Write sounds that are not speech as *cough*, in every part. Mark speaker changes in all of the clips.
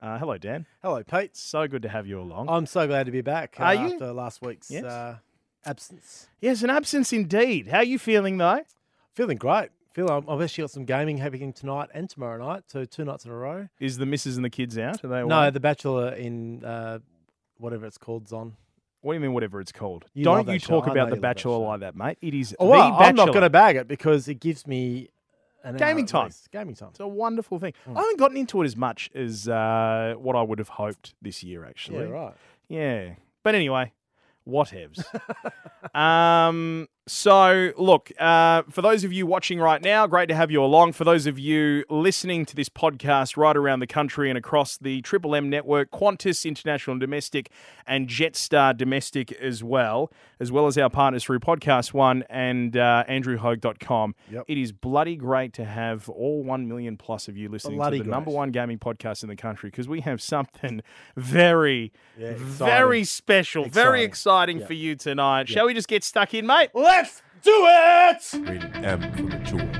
Speaker 1: Uh, hello, Dan.
Speaker 2: Hello, Pete.
Speaker 1: So good to have you along.
Speaker 2: I'm so glad to be back uh,
Speaker 1: Are you?
Speaker 2: after last week's
Speaker 1: Yes.
Speaker 2: uh, absence.
Speaker 1: yes, an absence indeed. How are you feeling, though?
Speaker 2: Feeling great. Feel I'm- I've actually got some gaming happening tonight and tomorrow night, so two nights in a row.
Speaker 1: Is the missus and the kids out? Are they
Speaker 2: No,
Speaker 1: away?
Speaker 2: The Bachelor in uh, whatever it's called, Zon.
Speaker 1: What do you mean, whatever it's called?
Speaker 2: You love
Speaker 1: Don't
Speaker 2: that
Speaker 1: you
Speaker 2: show.
Speaker 1: talk
Speaker 2: I
Speaker 1: about
Speaker 2: know you
Speaker 1: The
Speaker 2: love that
Speaker 1: Bachelor
Speaker 2: show.
Speaker 1: like that, mate. It is
Speaker 2: Oh,
Speaker 1: The
Speaker 2: well, I'm not
Speaker 1: Bachelor.
Speaker 2: going to bag it because it gives me an hour
Speaker 1: Gaming
Speaker 2: at
Speaker 1: time.
Speaker 2: least. Gaming time.
Speaker 1: It's a wonderful thing. I haven't gotten into it as much as uh, what I would have hoped this year, actually.
Speaker 2: Yeah, right.
Speaker 1: Yeah. But anyway, whatevs. *laughs* um, so, look, uh, for those of you watching right now, great to have you along. For those of you listening to this podcast right around the country and across the Triple M network, Qantas International and Domestic and Jetstar Domestic as well, as well as our partners through Podcast One and uh, AndrewHogue.com.
Speaker 2: Yep.
Speaker 1: It is bloody great to have all 1 million plus of you listening
Speaker 2: Bloody
Speaker 1: to the
Speaker 2: great.
Speaker 1: number one gaming podcast in the country because we have something *laughs* very
Speaker 2: Yeah,
Speaker 1: very special, very exciting for you tonight. Shall we just get stuck in, mate?
Speaker 2: Let's do it!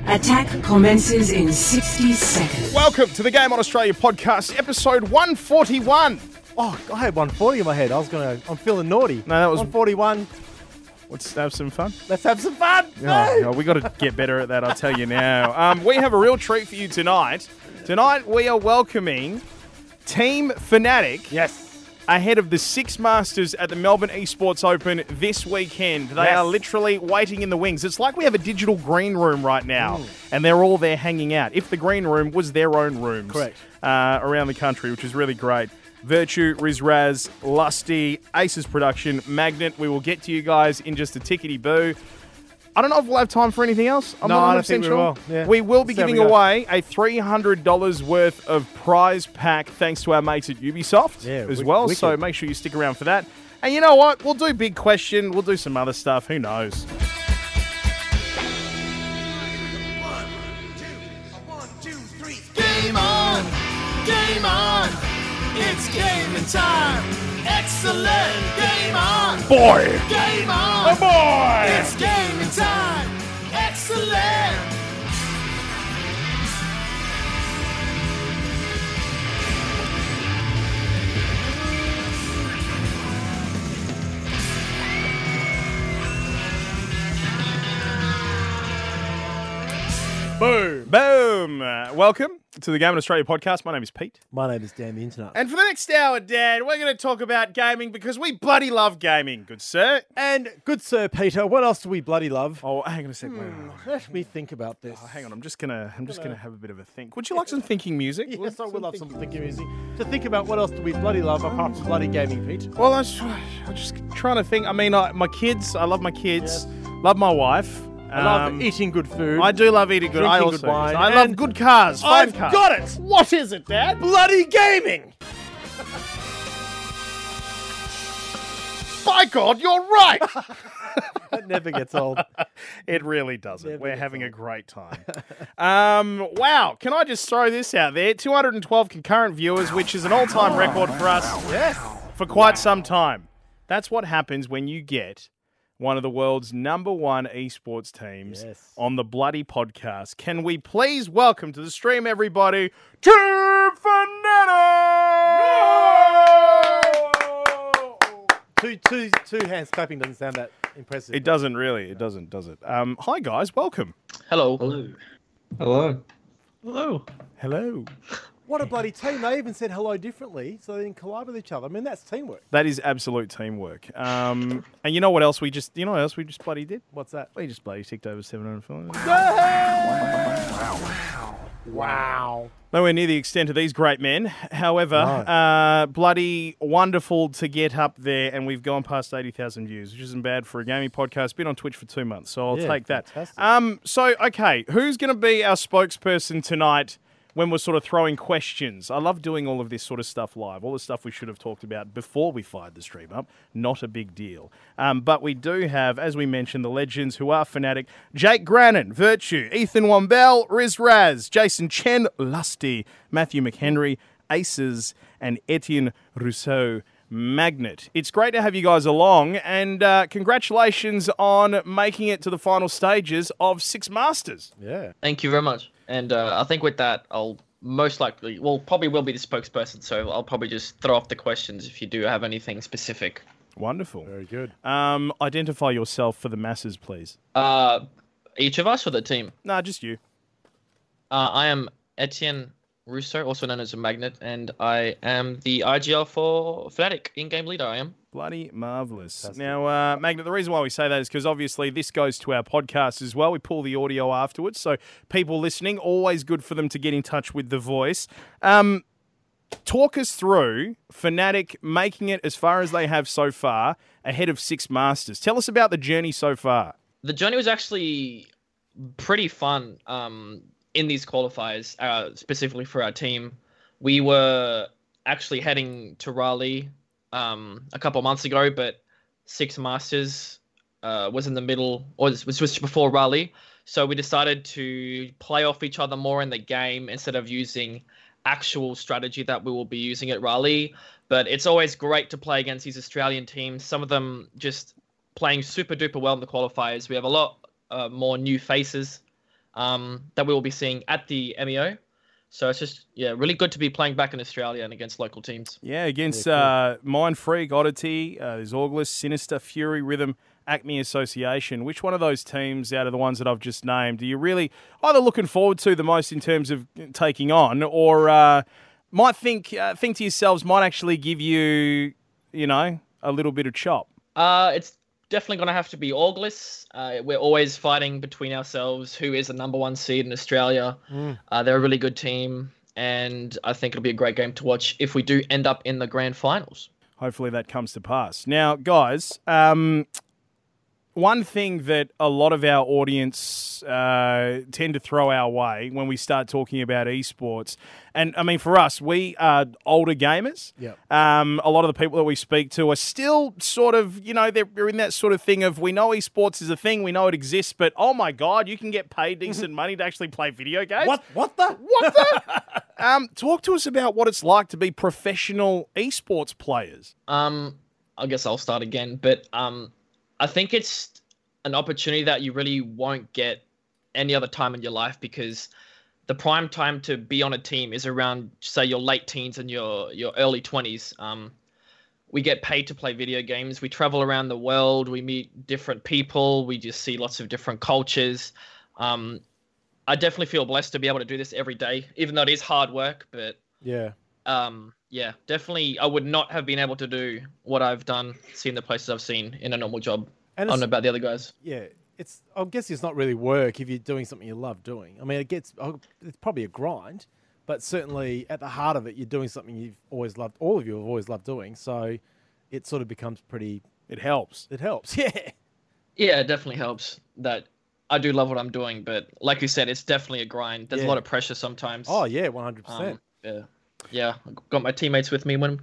Speaker 3: Attack commences in 60 seconds.
Speaker 1: Welcome to the Game on Australia podcast, episode 141.
Speaker 2: Oh, I had 140 in my head. I was going to, I'm feeling naughty.
Speaker 1: No, that was-
Speaker 2: 141.
Speaker 1: Let's have some fun.
Speaker 2: Let's have some fun.
Speaker 1: Oh, no, we got to get better at that, I'll tell you *laughs* now. Um, we have a real treat for you tonight. Tonight, we are welcoming Team Fanatic
Speaker 2: Yes.
Speaker 1: ahead of the Six Masters at the Melbourne Esports Open this weekend. They
Speaker 2: Yes.
Speaker 1: are literally waiting in the wings. It's like we have a digital green room right
Speaker 2: Mm.
Speaker 1: now, and they're all there hanging out. If the green room was their own rooms
Speaker 2: Correct.
Speaker 1: uh, around the country, which is really great. Virtue, Riz Raz, Lusty, Aces Production, Magnet. We will get to you guys in just a tickety boo. I don't know if we'll have time for anything else. I'm
Speaker 2: No,
Speaker 1: not 100%
Speaker 2: I don't think we
Speaker 1: sure.
Speaker 2: will. Yeah.
Speaker 1: We will be
Speaker 2: Let's see how
Speaker 1: giving
Speaker 2: we go.
Speaker 1: away a $300 worth of prize pack thanks to our mates at Ubisoft
Speaker 2: Yeah,
Speaker 1: as
Speaker 2: wick-
Speaker 1: well. So
Speaker 2: wicked.
Speaker 1: make sure you stick around for that. And you know what? We'll do big question. We'll do some other stuff. Who knows?
Speaker 4: Game on! Game on! It's game time! Excellent! Game on!
Speaker 1: Boy,
Speaker 4: Game on!
Speaker 1: boy!
Speaker 4: It's game time! Excellent!
Speaker 1: Boom! Boom! Uh, welcome to the Game in Australia podcast. My name is Pete.
Speaker 2: My name is Dan the Internet.
Speaker 1: And for the next hour, Dad, we're going to talk about gaming because we bloody love gaming. Good sir.
Speaker 2: And good Sir Peter, what else do we bloody love?
Speaker 1: Oh, hang on a second.
Speaker 2: Let me think about this.
Speaker 1: Oh, hang on, I'm just gonna, I'm just gonna have a bit of a think. Would you like some thinking *laughs* music?
Speaker 2: Yes, I would love some thinking music. To think about what else do we bloody love apart from bloody gaming, Pete.
Speaker 1: Well, I was, I was just trying to think. I mean, I, my kids. I love my kids. Love my wife.
Speaker 2: I love
Speaker 1: Um,
Speaker 2: eating good food.
Speaker 1: I do love eating good. I
Speaker 2: Drinking
Speaker 1: also.
Speaker 2: good wine,
Speaker 1: I love
Speaker 2: and
Speaker 1: good cars.
Speaker 2: I've
Speaker 1: fun cars.
Speaker 2: got it.
Speaker 1: What is it, Dad? *laughs*
Speaker 2: bloody gaming.
Speaker 1: By God, you're right.
Speaker 2: That never
Speaker 1: *laughs*
Speaker 2: gets old.
Speaker 1: it really doesn't.
Speaker 2: Never
Speaker 1: We're
Speaker 2: gets
Speaker 1: having a great
Speaker 2: *laughs*
Speaker 1: time. um, wow. Can I just throw this out there? 212 concurrent viewers, which is an all-time record for us.
Speaker 2: yes.
Speaker 1: for quite some time. That's what happens when you get one of the world's number one esports teams
Speaker 2: Yes.
Speaker 1: on the bloody podcast. Can we please welcome to the stream, everybody, Team Fanatic!
Speaker 2: Two, two, two hands clapping doesn't sound that impressive.
Speaker 1: It doesn't really. It doesn't, does it? Um, hi, guys. Welcome.
Speaker 5: Hello.
Speaker 1: Hello.
Speaker 2: What a bloody team. They even said hello differently so they didn't collide with each other. I mean, that's teamwork.
Speaker 1: That is absolute teamwork. Um, and you know what else we just, you know what else we just bloody did?
Speaker 2: What's that?
Speaker 1: We just bloody ticked over 750.
Speaker 2: Wow.
Speaker 1: Nowhere near the extent of these great men. However,
Speaker 2: No.
Speaker 1: uh, bloody wonderful to get up there, and we've gone past 80,000 views, which isn't bad for a gaming podcast. Been on Twitch for two months, so I'll
Speaker 2: Yeah,
Speaker 1: take that.
Speaker 2: fantastic.
Speaker 1: Um, so, okay, who's going to be our spokesperson tonight when we're sort of throwing questions? I love doing all of this sort of stuff live, all the stuff we should have talked about before we fired the stream up. Not a big deal. Um, but we do have, as we mentioned, the legends who are fanatic Jake Grannon, Virtue, Ethan Wombell, Riz Raz, Jason Chen, Lusty, Matthew McHenry, Aces, and Etienne Rousseau. Magnet. It's great to have you guys along, and uh, congratulations on making it to the final stages of Six Masters.
Speaker 2: Yeah.
Speaker 5: Thank you very much. And uh, I think with that, I'll most likely, well, probably will be the spokesperson. So I'll probably just throw off the questions if you do have anything specific.
Speaker 1: Wonderful.
Speaker 2: Very good.
Speaker 1: Um, identify yourself for the masses, please.
Speaker 5: Uh, each of us or the team?
Speaker 1: Nah, just you.
Speaker 5: Uh, I am Etienne Russo, also known as a Magnet, and I am the IGL for Fnatic in-game leader. I am.
Speaker 1: Bloody marvelous. Now, uh, Magnet, the reason why we say that is because obviously this goes to our podcast as well. We pull the audio afterwards. So, people listening, always good for them to get in touch with the voice. Um, talk us through Fnatic making it as far as they have so far ahead of Six Masters. Tell us about the journey so far.
Speaker 5: the journey was actually pretty fun um, in these qualifiers, uh, specifically for our team. We were actually heading to Raleigh um, a couple months ago, but Six Masters uh, was in the middle, or this was just before Raleigh. So we decided to play off each other more in the game instead of using actual strategy that we will be using at Raleigh. But it's always great to play against these Australian teams. Some of them just playing super duper well in the qualifiers. We have a lot uh, more new faces um, that we will be seeing at the MEO. So it's just yeah, really good to be playing back in Australia and against local teams.
Speaker 1: Yeah, against uh, Mind Freak, Oddity, uh, there's Orgless, Sinister, Fury, Rhythm, Acme Association. Which one of those teams out of the ones that I've just named are you really either looking forward to the most in terms of uh, taking on, or uh, might think uh, think to yourselves might actually give you, you know, a little bit of chop?
Speaker 5: Uh, it's definitely going to have to be Orglis. Uh, we're always fighting between ourselves who is the number one seed in Australia. Uh, they're a really good team, and I think it'll be a great game to watch if we do end up in the grand finals.
Speaker 1: Hopefully that comes to pass. Now, guys, um, one thing that a lot of our audience uh, tend to throw our way when we start talking about esports, and I mean, for us, we are older gamers.
Speaker 2: Yep.
Speaker 1: Um, a lot of the people that we speak to are still sort of, you know, they're, they're in that sort of thing of we know esports is a thing, we know it exists, but oh my God, you can get paid decent money to actually play video games.
Speaker 2: What? What the?
Speaker 1: What the? *laughs* um, talk to us about what it's like to be professional esports players.
Speaker 5: Um, I guess I'll start again, but um, I think it's an opportunity that you really won't get any other time in your life because the prime time to be on a team is around, say, your late teens and your your early twenties. Um, we get paid to play video games. We travel around the world. We meet different people. We just see lots of different cultures. Um, I definitely feel blessed to be able to do this every day, even though it is hard work. But
Speaker 2: Yeah.
Speaker 5: um yeah definitely i would not have been able to do what i've done seeing the places i've seen in a normal job
Speaker 2: And
Speaker 5: i don't
Speaker 2: it's-
Speaker 5: know about the other guys
Speaker 2: Yeah. It's. I guess it's not really work if you're doing something you love doing. I mean, it gets. oh, It's probably a grind, but certainly at the heart of it, you're doing something you've always loved. All of you have always loved doing. So, it sort of becomes pretty.
Speaker 1: It helps.
Speaker 2: It helps. *laughs* Yeah.
Speaker 5: yeah it definitely helps that i do love what i'm doing but like you said it's definitely a grind there's
Speaker 2: Yeah.
Speaker 5: a lot of pressure sometimes
Speaker 2: Oh yeah, one hundred percent.
Speaker 5: um, yeah yeah I got my teammates with me when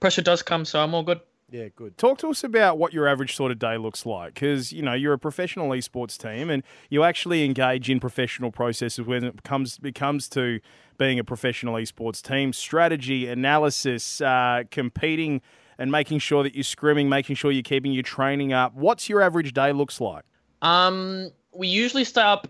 Speaker 5: pressure does come so i'm all good
Speaker 2: Yeah. Good.
Speaker 1: Talk to us about what your average sort of day looks like, because you know you're a professional esports team and you actually engage in professional processes when it comes it comes to being a professional esports team. Strategy, analysis, uh, competing, and making sure that you're scrimming, making sure you're keeping your training up. What's your average day looks like?
Speaker 5: Um, we usually stay up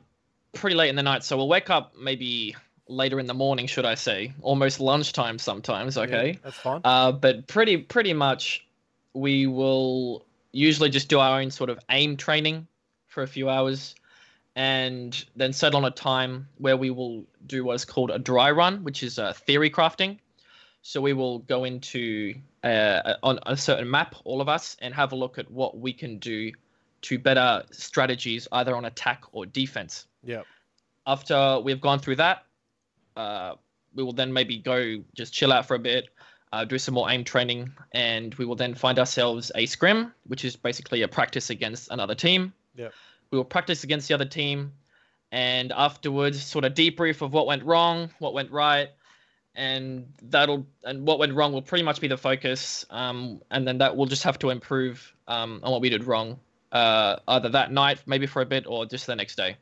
Speaker 5: pretty late in the night, so we'll wake up maybe later in the morning, should I say, almost lunchtime sometimes. Okay,
Speaker 2: that's fine.
Speaker 5: Uh, but pretty pretty much, we will usually just do our own sort of aim training for a few hours, and then settle on a time where we will do what is called a dry run, which is uh, theory crafting. So we will go into uh, on a certain map, all of us, and have a look at what we can do to better strategies either on attack or defense.
Speaker 2: Yep.
Speaker 5: After we've gone through that, uh, we will then maybe go just chill out for a bit, uh, do some more aim training, and we will then find ourselves a scrim, which is basically a practice against another team.
Speaker 2: Yep.
Speaker 5: We will practice against the other team, and afterwards, sort of debrief of what went wrong, what went right, and that'll and what went wrong will pretty much be the focus. Um, and then that we'll just have to improve um, on what we did wrong, uh, either that night, maybe for a bit, or just the next day.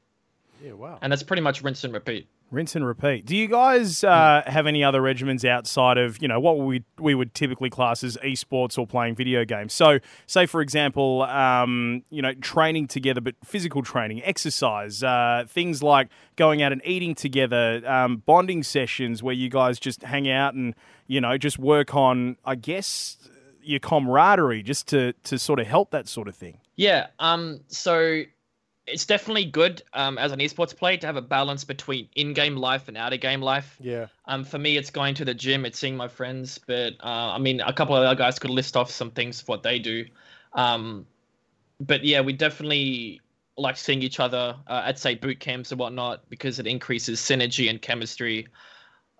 Speaker 2: Yeah. Wow.
Speaker 5: And that's pretty much rinse and repeat.
Speaker 1: Rinse and repeat. Do you guys uh, have any other regimens outside of you know what we we would typically class as esports or playing video games? So, say for example, um, you know, training together, but physical training, exercise, uh, things like going out and eating together, um, bonding sessions where you guys just hang out and you know just work on, I guess, your camaraderie, just to to sort of help that sort of thing.
Speaker 5: Yeah, um, so it's definitely good um, as an esports player to have a balance between in-game life and out-of-game life.
Speaker 2: Yeah.
Speaker 5: Um, for me, it's going to the gym, it's seeing my friends, but uh, I mean, a couple of other guys could list off some things of what they do. Um, but yeah, we definitely like seeing each other uh, at say boot camps and whatnot because it increases synergy and chemistry.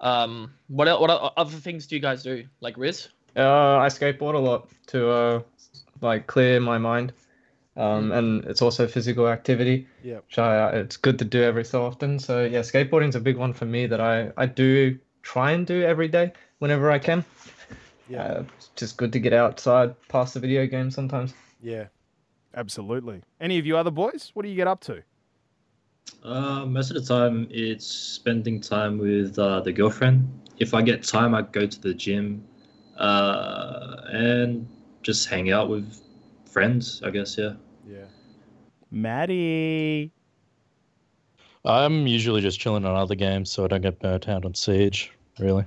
Speaker 5: Um, what el- what o- other things do you guys do? Like Riz?
Speaker 6: Uh, I skateboard a lot to uh, like clear my mind, um, and it's also physical activity.
Speaker 2: Yep.
Speaker 6: Which I, uh, it's good to do every so often. So yeah, skateboarding's a big one for me that I I do try and do every day whenever I can.
Speaker 2: Yeah.
Speaker 6: Uh, it's just good to get outside, past the video game sometimes.
Speaker 2: Yeah.
Speaker 1: Absolutely. Any of you other boys? What do you get up to?
Speaker 7: Uh, most of the time, it's spending time with uh, the girlfriend. If I get time, I go to the gym uh, and just hang out with friends, I guess, yeah.
Speaker 2: Yeah.
Speaker 1: Maddie.
Speaker 8: I'm usually just chilling on other games so I don't get burnt out on Siege, really.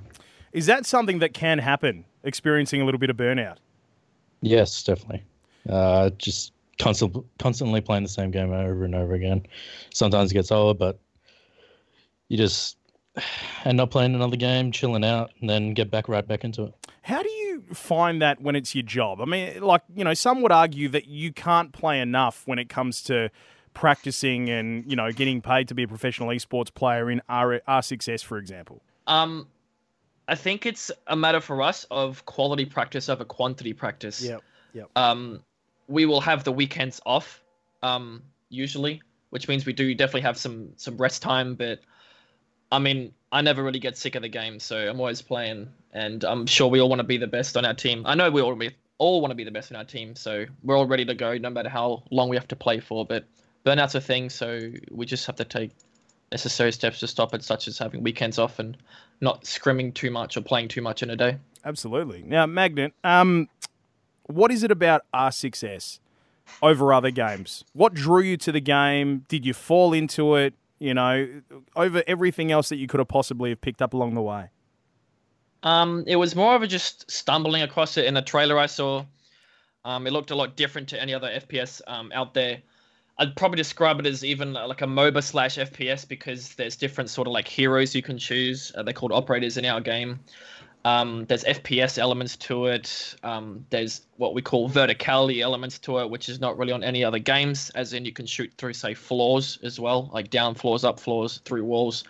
Speaker 1: Is that something that can happen? Experiencing a little bit of burnout.
Speaker 8: Yes, definitely. Uh, just constant, constantly playing the same game over and over again. Sometimes it gets old, but you just *sighs* end up playing another game, chilling out, and then get back right back into it.
Speaker 1: How do you find that when it's your job? I mean, like, you know, some would argue that you can't play enough when it comes to practicing and, you know, getting paid to be a professional esports player in R- R6S, for example.
Speaker 5: Um, I think it's a matter for us of quality practice over quantity practice.
Speaker 2: Yep.
Speaker 5: um, we will have the weekends off um, usually, which means we do definitely have some some rest time. But I mean, I never really get sick of the game, so I'm always playing, and I'm sure we all want to be the best on our team. I know we all be, all want to be the best on our team, so we're all ready to go, no matter how long we have to play for. But burnout's a thing, so we just have to take necessary steps to stop it, such as having weekends off and not scrimming too much or playing too much in a day.
Speaker 1: Absolutely. Now, Magnet, um, what is it about R6S over other games? What drew you to the game? Did you fall into it? You know, over everything else that you could have possibly have picked up along the way.
Speaker 5: Um, it was more of a just stumbling across it in a trailer I saw. Um, it looked a lot different to any other FPS um, out there. I'd probably describe it as even uh, like a MOBA slash FPS because there's different sort of like heroes you can choose. Uh, they're called operators in our game. Um, there's FPS elements to it. Um, there's what we call verticality elements to it, which is not really on any other games. As in, you can shoot through say floors as well, like down floors, up floors, through walls.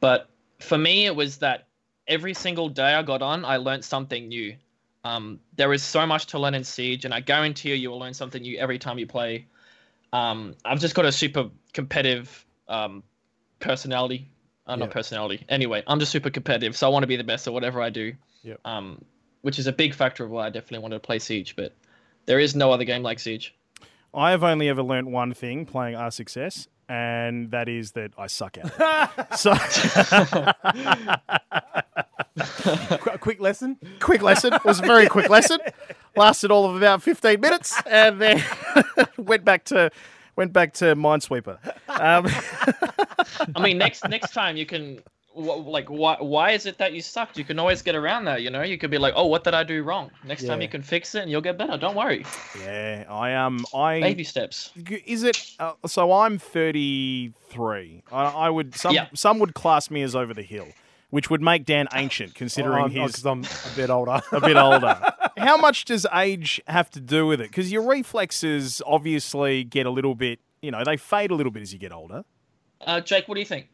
Speaker 5: But for me, it was that every single day I got on, I learned something new. Um, there is so much to learn in Siege, and I guarantee you, you will learn something new every time you play. Um, I've just got a super competitive um, personality. Uh, Not
Speaker 2: Yeah.
Speaker 5: personality. Anyway, I'm just super competitive, so I want to be the best at whatever I do.
Speaker 2: Yep.
Speaker 5: Um, which is a big factor of why I definitely wanted to play Siege, but there is no other game like Siege.
Speaker 1: I have only ever learnt one thing playing R Success, and that is that I suck at it. so,
Speaker 2: Qu- a quick lesson.
Speaker 1: quick lesson It was a very quick lesson. Lasted all of about fifteen minutes, and then *laughs* went back to went back to Minesweeper. Um,
Speaker 5: I mean, next next time you can wh- like why why is it that you sucked? You can always get around that, you know. You could be like, oh, what did I do wrong? Next time
Speaker 2: Yeah.
Speaker 5: you can fix it and you'll get better. Don't worry.
Speaker 1: yeah, I um, I
Speaker 5: Baby steps.
Speaker 1: is it uh, so i'm 33 I, I would some
Speaker 5: Yeah.
Speaker 1: some would class me as over the hill which would make dan ancient considering
Speaker 2: I'm,
Speaker 1: he's
Speaker 2: I'm a bit older.
Speaker 1: *laughs* a bit older how much does age have to do with it because your reflexes obviously get a little bit you know they fade a little bit as you get older
Speaker 5: Uh, Jake, what do you think?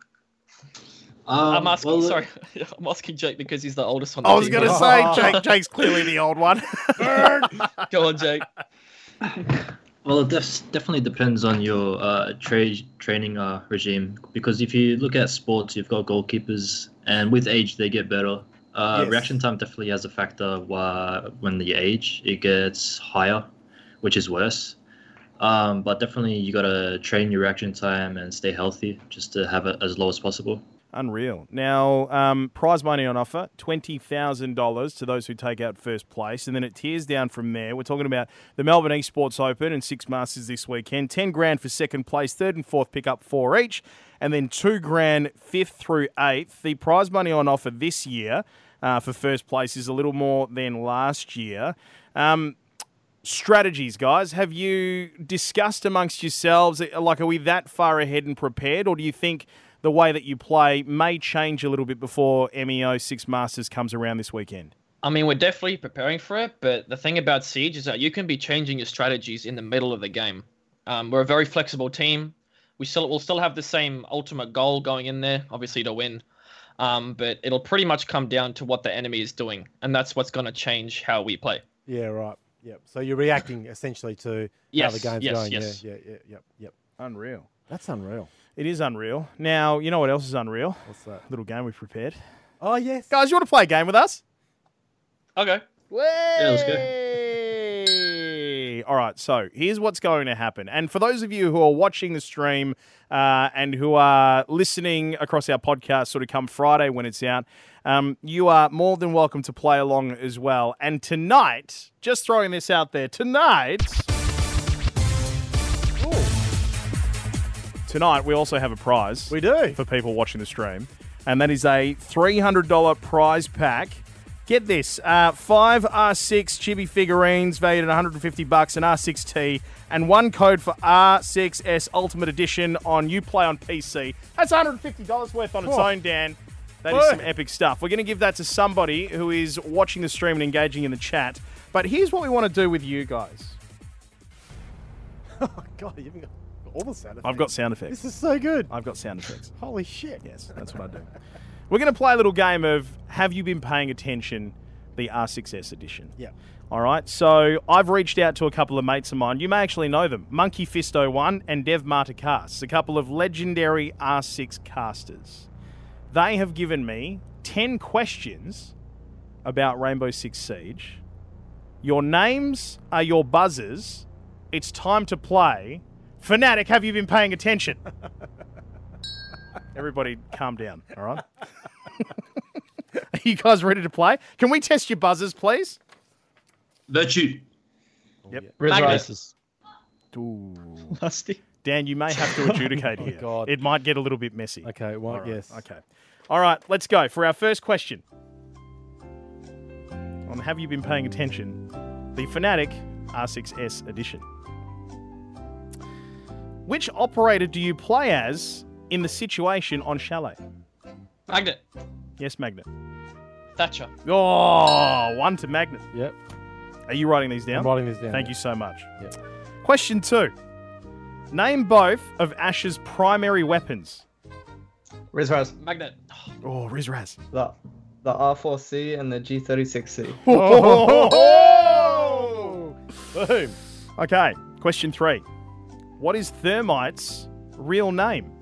Speaker 7: Um,
Speaker 5: I'm asking.
Speaker 7: well, uh,
Speaker 5: sorry, *laughs* I'm asking Jake because he's the oldest one.
Speaker 1: i was *laughs* going to say
Speaker 2: say,
Speaker 1: jake jake's clearly the old *laughs* one
Speaker 5: go on, Jake.
Speaker 7: Well, it def- definitely depends on your uh, tra- training uh, regime because if you look at sports, you've got goalkeepers, and with age, they get better. Uh,
Speaker 2: Yes.
Speaker 7: Reaction time definitely has a factor why, when the age it gets higher, which is worse. Um, but definitely, you gotta train your reaction time and stay healthy just to have it as low as possible.
Speaker 1: Unreal. Now, um, prize money on offer $20,000 to those who take out first place. And then it tears down from there. We're talking about the Melbourne Esports Open and six masters this weekend. 10 grand for second place, third and fourth pick up four each. And then two grand, fifth through eighth. The prize money on offer this year uh, for first place is a little more than last year. Um, strategies, guys. Have you discussed amongst yourselves? eh, Like, are we that far ahead and prepared, or do you think the way that you play may change a little bit before MEO Six Masters comes around this weekend?
Speaker 5: I mean, we're definitely preparing for it, but the thing about Siege is that you can be changing your strategies in the middle of the game. Um, we're a very flexible team. We still will still have the same ultimate goal going in there, obviously to win. Um, but it'll pretty much come down to what the enemy is doing, and that's what's going to change how we play.
Speaker 2: Yeah, right. Yep. So you're reacting essentially to how
Speaker 5: Yes,
Speaker 2: the game's
Speaker 5: yes,
Speaker 2: going.
Speaker 5: yes.
Speaker 2: Yeah, yeah, yeah, yep, yep.
Speaker 1: Unreal.
Speaker 2: That's unreal.
Speaker 1: It is unreal. Now, you know what else is unreal?
Speaker 2: What's that?
Speaker 1: Little game we've prepared.
Speaker 2: Oh yes.
Speaker 1: Guys, you want to play a game with us?
Speaker 5: Okay.
Speaker 7: Yeah, let's go.
Speaker 1: Hey! All right, so here's what's going to happen. And for those of you who are watching the stream uh, and who are listening across our podcast, sort of come Friday when it's out, um, you are more than welcome to play along as well. And tonight, just throwing this out there, tonight. Tonight, we also have a prize
Speaker 2: We do.
Speaker 1: for people watching the stream, and that is a $300 prize pack. Get this: uh, five R6 chibi figurines valued at 150 bucks, an R6T, and one code for R6S Ultimate Edition on UPlay on PC. That's 150 dollars worth on its
Speaker 2: Oh.
Speaker 1: own, Dan. That is some
Speaker 2: Boy.
Speaker 1: epic stuff. We're going to give that to somebody who is watching the stream and engaging in the chat. But here's what we want to do with you guys.
Speaker 2: Oh god, you've got all the sound effects.
Speaker 1: I've got sound effects.
Speaker 2: This is so good.
Speaker 1: I've got sound effects.
Speaker 2: Holy shit.
Speaker 1: Yes, that's what I do. We're going to play a little game of Have you been paying attention? The R6S edition.
Speaker 2: Yeah.
Speaker 1: All right. So I've reached out to a couple of mates of mine. You may actually know them Monkey Fisto 01 and Dev Marta Casts, a couple of legendary R6 casters. They have given me 10 questions about Rainbow Six Siege. Your names are your buzzers. It's time to play. Fnatic, have you been paying attention? Everybody, calm down. All right. *laughs* Are you guys ready to play? Can we test your buzzers, please?
Speaker 7: Virtue.
Speaker 6: Riz
Speaker 5: Magnet.
Speaker 6: Rice is
Speaker 2: *laughs*
Speaker 8: Nasty.
Speaker 1: Dan, you may have to adjudicate here.
Speaker 2: Oh, God.
Speaker 1: It might get a little bit messy.
Speaker 2: Okay, well,
Speaker 1: All right,
Speaker 2: yes.
Speaker 1: Okay. All right. Let's go for our first question. On have you been paying attention? The Fnatic R6S edition. Which operator do you play as in the situation on Chalet?
Speaker 5: Magnet.
Speaker 1: Yes, Magnet.
Speaker 5: Thatcher.
Speaker 1: Oh, one to Magnet.
Speaker 2: Yep.
Speaker 1: Are you writing these down?
Speaker 2: I'm writing this down.
Speaker 1: Thank you so much.
Speaker 2: Yeah.
Speaker 1: Question two. Name both of Ash's primary weapons.
Speaker 6: Riz Rice,
Speaker 5: Magnet. *sighs*
Speaker 1: Oh, Riz Raz.
Speaker 6: the the R4C and the G36C.
Speaker 1: *laughs*
Speaker 2: Boom.
Speaker 1: Oh. Okay, question three. What is Thermite's real name?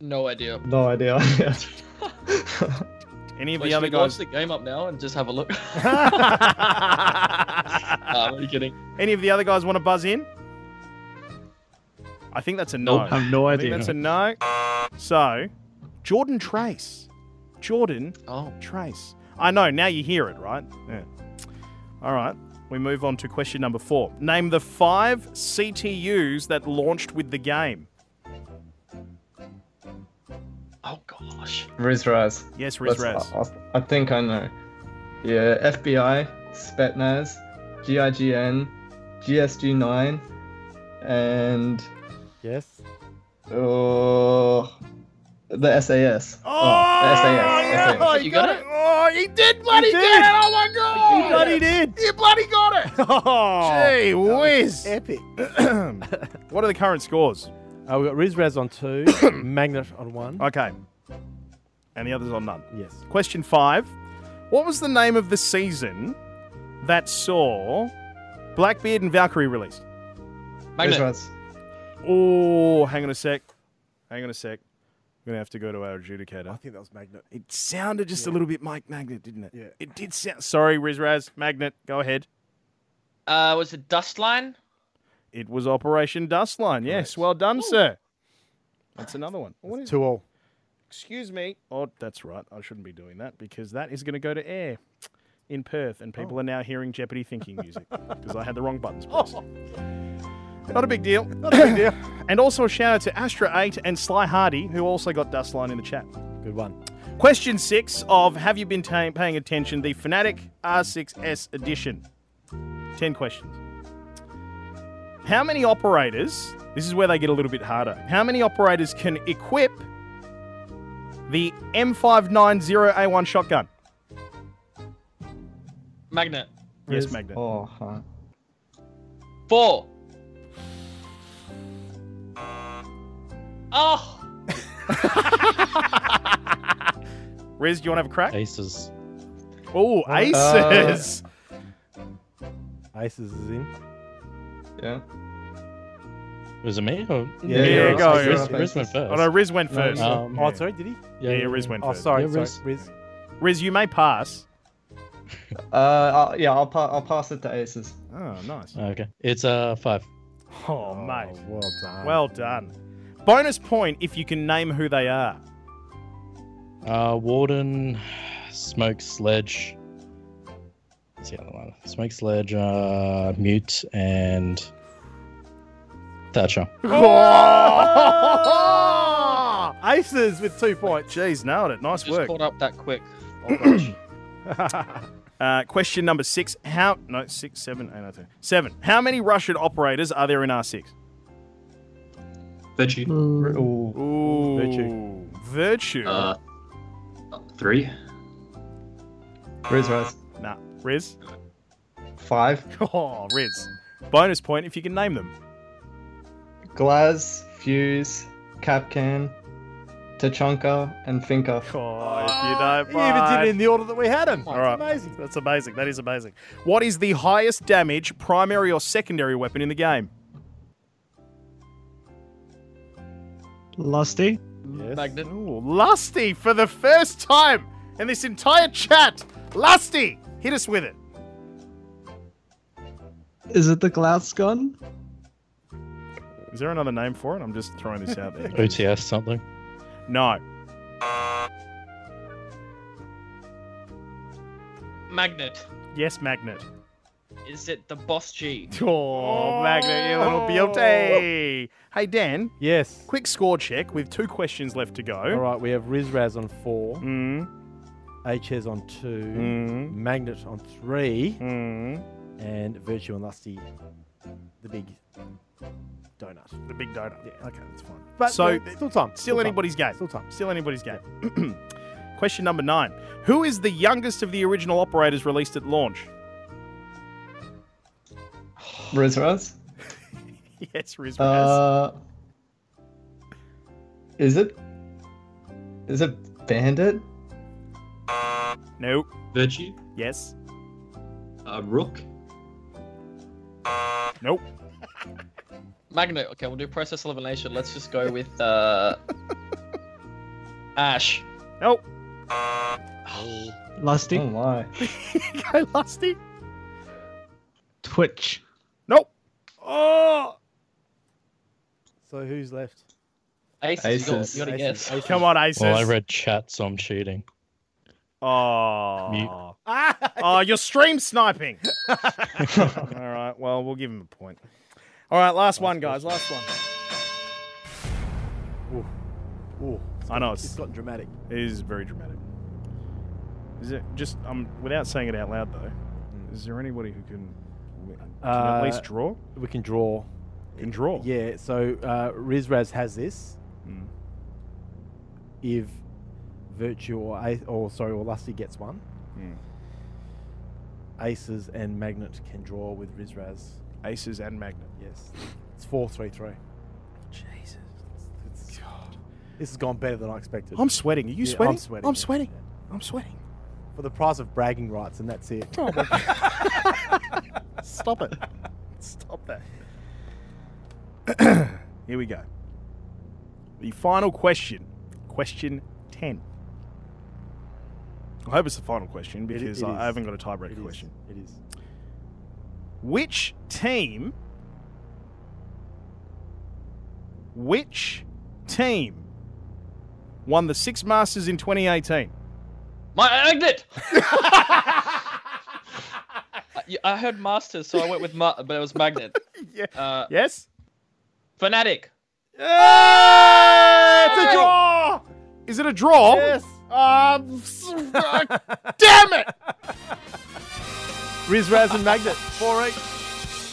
Speaker 5: No idea.
Speaker 6: No idea.
Speaker 1: Any of the
Speaker 5: Wait, should
Speaker 1: other
Speaker 5: we launch
Speaker 1: guys?
Speaker 5: the game up now and just have
Speaker 1: *laughs*
Speaker 5: a look? uh, I'm only kidding.
Speaker 1: Any of the other guys want to buzz in? I think that's a no.
Speaker 8: Nope, I have no
Speaker 1: I think
Speaker 8: idea.
Speaker 1: that's a no. So, Jordan Trace. Jordan
Speaker 5: Oh,
Speaker 1: Trace. I know, now you hear it, right? Yeah. All right, we move on to question number four. Name the five CTUs that launched with the game.
Speaker 5: oh gosh.
Speaker 6: Riz Rice.
Speaker 1: Yes, Riz
Speaker 6: Let's-
Speaker 1: Raz.
Speaker 6: I, I think I know. Yeah, FBI, Spetnaz, GIGN, GSG9, and
Speaker 2: Yes.
Speaker 6: uh, the SAS. Oh, SAS.
Speaker 1: yeah,
Speaker 6: SAS.
Speaker 5: You got it?
Speaker 1: Oh, he did bloody
Speaker 2: did.
Speaker 1: get it! Oh my god!
Speaker 2: You bloody did.
Speaker 1: You bloody
Speaker 2: *laughs*
Speaker 1: got it!
Speaker 2: Oh,
Speaker 1: Gee whiz!
Speaker 2: epic.
Speaker 1: what are the current scores?
Speaker 2: Uh, we got Riz Raz on two, *coughs* Magnet on one.
Speaker 1: Okay. And the others on none.
Speaker 2: Yes.
Speaker 1: Question five. What was the name of the season that saw Blackbeard and Valkyrie released?
Speaker 6: Riz
Speaker 5: Magnet.
Speaker 6: Rice.
Speaker 1: Oh, hang on a sec. Hang on a sec. I'm gonna have to go to our adjudicator.
Speaker 2: think that was Magnet.
Speaker 1: It sounded just a little bit Mike Magnet, didn't it?
Speaker 2: Yeah.
Speaker 1: It did sound. Sorry, Rizraz Magnet. Go ahead.
Speaker 5: Uh, was it Dustline?
Speaker 1: It was Operation Dustline. Yes, well done, sir. That's another one. What is
Speaker 2: Two all.
Speaker 1: Excuse me. Oh, that's right. I shouldn't be doing that because that is going to go to air in Perth, and people are now hearing Jeopardy thinking music because I had the wrong buttons pressed. Not a big deal. Not a big deal. and also a shout out to Astra Eight and Sly Hardy, who also got Dustline in the chat.
Speaker 2: Good one.
Speaker 1: Question six of Have you been ta- paying attention? The Fanatic R6S edition. Ten questions. How many operators? This is where they get a little bit harder. How many operators can equip the M590A1 shotgun?
Speaker 5: Magnet.
Speaker 1: Yes,
Speaker 6: Is-
Speaker 1: Magnet.
Speaker 6: Oh, huh.
Speaker 5: Four. Oh,
Speaker 1: Riz, do you want to have a crack?
Speaker 8: Aces.
Speaker 1: Oh, aces.
Speaker 2: Aces is in.
Speaker 6: yeah.
Speaker 8: Was it me? Or?
Speaker 2: Yeah,
Speaker 1: yeah, go, yeah.
Speaker 8: Riz, Riz went first.
Speaker 1: oh, no, Riz went
Speaker 6: No,
Speaker 1: first.
Speaker 6: no.
Speaker 8: Um,
Speaker 2: Oh, sorry, did he?
Speaker 1: yeah, yeah, Riz went
Speaker 2: Oh,
Speaker 1: first.
Speaker 2: sorry,
Speaker 8: Yeah,
Speaker 2: sorry.
Speaker 8: Riz.
Speaker 2: Riz.
Speaker 1: Riz, you may pass.
Speaker 6: Uh, I'll, yeah, I'll, pa- I'll pass it to aces.
Speaker 1: Oh, nice.
Speaker 8: Okay. It's uh five.
Speaker 1: Oh, mate.
Speaker 2: well done.
Speaker 1: Well done. Bonus point if you can name who they are.
Speaker 8: Uh, Warden, Smoke Sledge. What's the other one? Smoke Sledge, uh, Mute, and Thatcher.
Speaker 2: Aces with two points.
Speaker 1: Oh! Jeez, nailed it. Nice
Speaker 5: just
Speaker 1: work.
Speaker 5: caught up that quick. Oh, gosh.
Speaker 1: Uh, question number six. How? No, six, seven, eight, nine, ten. Seven. How many Russian operators are there in R6?
Speaker 7: Virtue.
Speaker 6: Ooh.
Speaker 1: Ooh.
Speaker 2: Virtue.
Speaker 1: Virtue.
Speaker 7: Uh, three.
Speaker 6: Riz was
Speaker 1: nah. Riz? *laughs*
Speaker 6: five.
Speaker 1: Oh, Riz. Bonus point if you can name them.
Speaker 6: Glass, Fuse, Capcan, Tachanka, and Finka.
Speaker 1: Oh, if you don't
Speaker 2: *laughs* He even did it in
Speaker 1: mind.
Speaker 2: the order that we had him.
Speaker 1: All right.
Speaker 2: Oh, Amazing.
Speaker 1: That's amazing. That is amazing. What is the highest damage primary or secondary weapon in the game?
Speaker 9: Lusty.
Speaker 2: Yes.
Speaker 5: Magnet.
Speaker 1: Ooh, Lusty for the first time in this entire chat. Lusty, hit us with it.
Speaker 9: Is it the glass gun?
Speaker 1: Is there another name for it? I'm just throwing this out there.
Speaker 8: OTS something.
Speaker 1: No.
Speaker 5: Magnet.
Speaker 1: Yes, Magnet.
Speaker 5: Is it the Boss G?
Speaker 1: Oh, Magnet, you little beauty. Hey, Dan,
Speaker 2: Yes.
Speaker 1: quick score check with two questions left to go.
Speaker 2: All right, we have Riz Raz on four,
Speaker 1: Mm,
Speaker 2: Hs on two,
Speaker 1: mm,
Speaker 2: Magnet on three,
Speaker 1: mm.
Speaker 2: and Virtue and Lusty, the big donut.
Speaker 1: The big donut.
Speaker 2: Yeah.
Speaker 1: Okay, that's fine.
Speaker 2: But
Speaker 1: So,
Speaker 2: uh, still time.
Speaker 1: Still anybody's game.
Speaker 2: Still time.
Speaker 1: Still anybody's game. *clears throat* Question number nine. Who is the youngest of the original operators released at launch? *laughs*
Speaker 6: Riz was.
Speaker 1: yes, Riz.
Speaker 6: Uh, is it? Is it Bandit?
Speaker 1: no.
Speaker 7: Virtue.
Speaker 1: Yes.
Speaker 7: Uh, Rook.
Speaker 1: Nope.
Speaker 5: Magnet. Okay, we'll do process elimination. Let's just go with uh, Ash.
Speaker 1: Nope. *laughs*
Speaker 9: Lusty.
Speaker 6: Oh my.
Speaker 1: Go Lusty.
Speaker 9: Twitch.
Speaker 1: Nope. Oh.
Speaker 2: So who's left?
Speaker 5: Aces.
Speaker 6: Aces.
Speaker 5: You, got, you gotta
Speaker 2: Aces,
Speaker 5: guess.
Speaker 2: aces.
Speaker 1: Come on, Aces.
Speaker 8: Well, I read chat, so I'm cheating.
Speaker 1: Oh.
Speaker 8: Mute.
Speaker 2: Ah,
Speaker 1: Oh, you're stream
Speaker 2: *laughs*
Speaker 1: sniping. All right. Well, we'll give him a point. All right, last one, guys. Last one.
Speaker 2: Ooh,
Speaker 1: I know
Speaker 2: it's
Speaker 1: it's
Speaker 2: gotten dramatic.
Speaker 1: it is very dramatic. Is it just um without saying it out loud though? Is there anybody who can, can at
Speaker 2: Uh,
Speaker 1: least draw?
Speaker 2: We can draw.
Speaker 1: Can draw.
Speaker 2: Yeah, so uh, Riz Raz has this.
Speaker 1: Mm.
Speaker 2: If Virtue or, A- or sorry, or Lusty gets one,
Speaker 1: Mm.
Speaker 2: Aces and Magnet can draw with Riz Raz.
Speaker 1: Aces and magnet.
Speaker 2: Yes. It's 433.
Speaker 1: Jesus.
Speaker 2: It's, this has gone better than I expected.
Speaker 1: I'm sweating. Are you
Speaker 2: Yeah,
Speaker 1: sweating?
Speaker 2: I'm sweating.
Speaker 1: I'm
Speaker 2: yeah,
Speaker 1: sweating.
Speaker 2: yeah.
Speaker 1: I'm sweating.
Speaker 2: For the price of bragging rights, and that's it.
Speaker 1: Stop it. Stop that. Here we go. The final question. Question 10. I hope it's the final question
Speaker 2: It i-
Speaker 1: because
Speaker 2: it
Speaker 1: I I
Speaker 2: is.
Speaker 1: haven't got a
Speaker 2: It
Speaker 1: tiebreaker
Speaker 2: is,
Speaker 1: question.
Speaker 2: It is.
Speaker 1: Which team Which team won the Six Masters in
Speaker 2: *laughs*
Speaker 1: 2018?
Speaker 5: My exit. I- I heard Masters, so I went with Ma- but it was Magnet.
Speaker 1: Yeah.
Speaker 5: Uh,
Speaker 1: Yes?
Speaker 5: Fanatic.
Speaker 1: Yeah, it's a draw! Is it a draw? Yes. Um, damn it!
Speaker 2: Riz, Raz, and Magnet. Four each.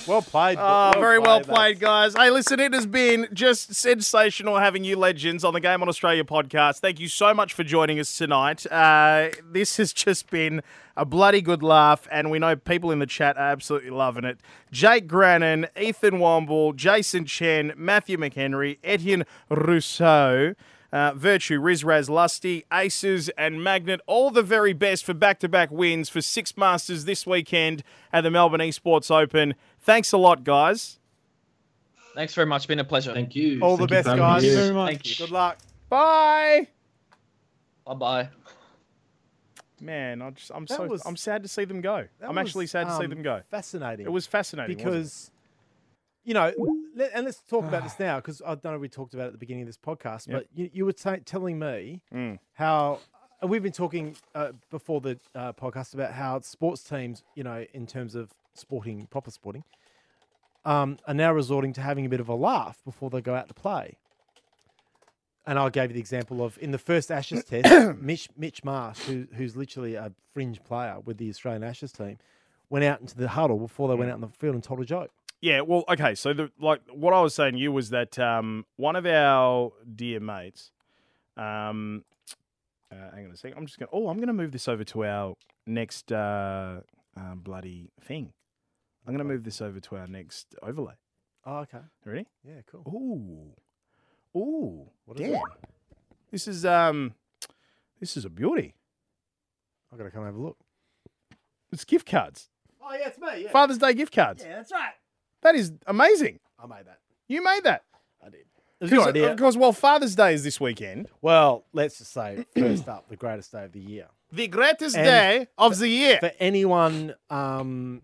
Speaker 2: Well played.
Speaker 1: Ah, very well
Speaker 2: that's-
Speaker 1: played, guys. Hey, listen, it has been just sensational having you legends on the Game on Australia podcast. Thank you so much for joining us tonight. Uh, this has just been a bloody good laugh, and we know people in the chat are absolutely loving it. Jake Grannon, Ethan Womble, Jason Chen, Matthew McHenry, Etienne Rousseau. Uh, Virtue, Rizraz, Lusty, Aces, and Magnet, all the very best for back to back wins for Six Masters this weekend at the Melbourne Esports Open. Thanks a lot, guys.
Speaker 5: Thanks very much. Been a pleasure.
Speaker 7: Thank you.
Speaker 2: All the
Speaker 7: Thank you
Speaker 2: best,
Speaker 7: for having
Speaker 2: guys.
Speaker 7: me.
Speaker 9: Thank you very much.
Speaker 5: Thank you.
Speaker 2: Good luck.
Speaker 1: Bye.
Speaker 5: Bye bye.
Speaker 1: Man, I just, I'm
Speaker 2: That
Speaker 1: so
Speaker 2: was-
Speaker 1: I'm sad to see them go.
Speaker 2: That
Speaker 1: I'm
Speaker 2: was,
Speaker 1: actually sad to see
Speaker 2: um,
Speaker 1: them go.
Speaker 2: Fascinating.
Speaker 1: It was fascinating wasn't it?
Speaker 2: because you know, let, and let's talk about this now because I don't know we talked about it at the beginning of this podcast, but you, you were ta telling me how and we've been talking uh, before the uh, podcast about how sports teams, you know, in terms of sporting proper sporting, um, are now resorting to having a bit of a laugh before they go out to play. And I gave you the example of in the first Ashes test, *coughs* Mitch, Mitch Marsh, who, who's literally a fringe player with the Australian Ashes team, went out into the huddle before they went out in the field and told a joke.
Speaker 1: Yeah, well, okay. So, the, like, what I was saying to you was that um, one of our dear mates, um, uh, hang on a second. I'm just going. to Oh, I'm going to move this over to our next uh, um, bloody thing. I'm going to move this over to our next overlay.
Speaker 2: Oh, okay.
Speaker 1: Ready?
Speaker 2: Yeah, cool.
Speaker 1: Ooh, ooh,
Speaker 2: What is it?
Speaker 1: damn! This is um, this is a beauty.
Speaker 2: I've got to come have a look.
Speaker 1: It's gift cards.
Speaker 2: Oh, yeah, it's me.
Speaker 1: Father's Day gift cards.
Speaker 2: yeah that's right.
Speaker 1: That is amazing.
Speaker 2: I made that.
Speaker 1: You made that.
Speaker 2: I did. It was your idea.
Speaker 1: Because while Father's Day is this weekend,
Speaker 2: Well, let's just *clears throat* say, first up, the greatest day of the year.
Speaker 1: the greatest
Speaker 2: And
Speaker 1: day of the year.
Speaker 2: For anyone um,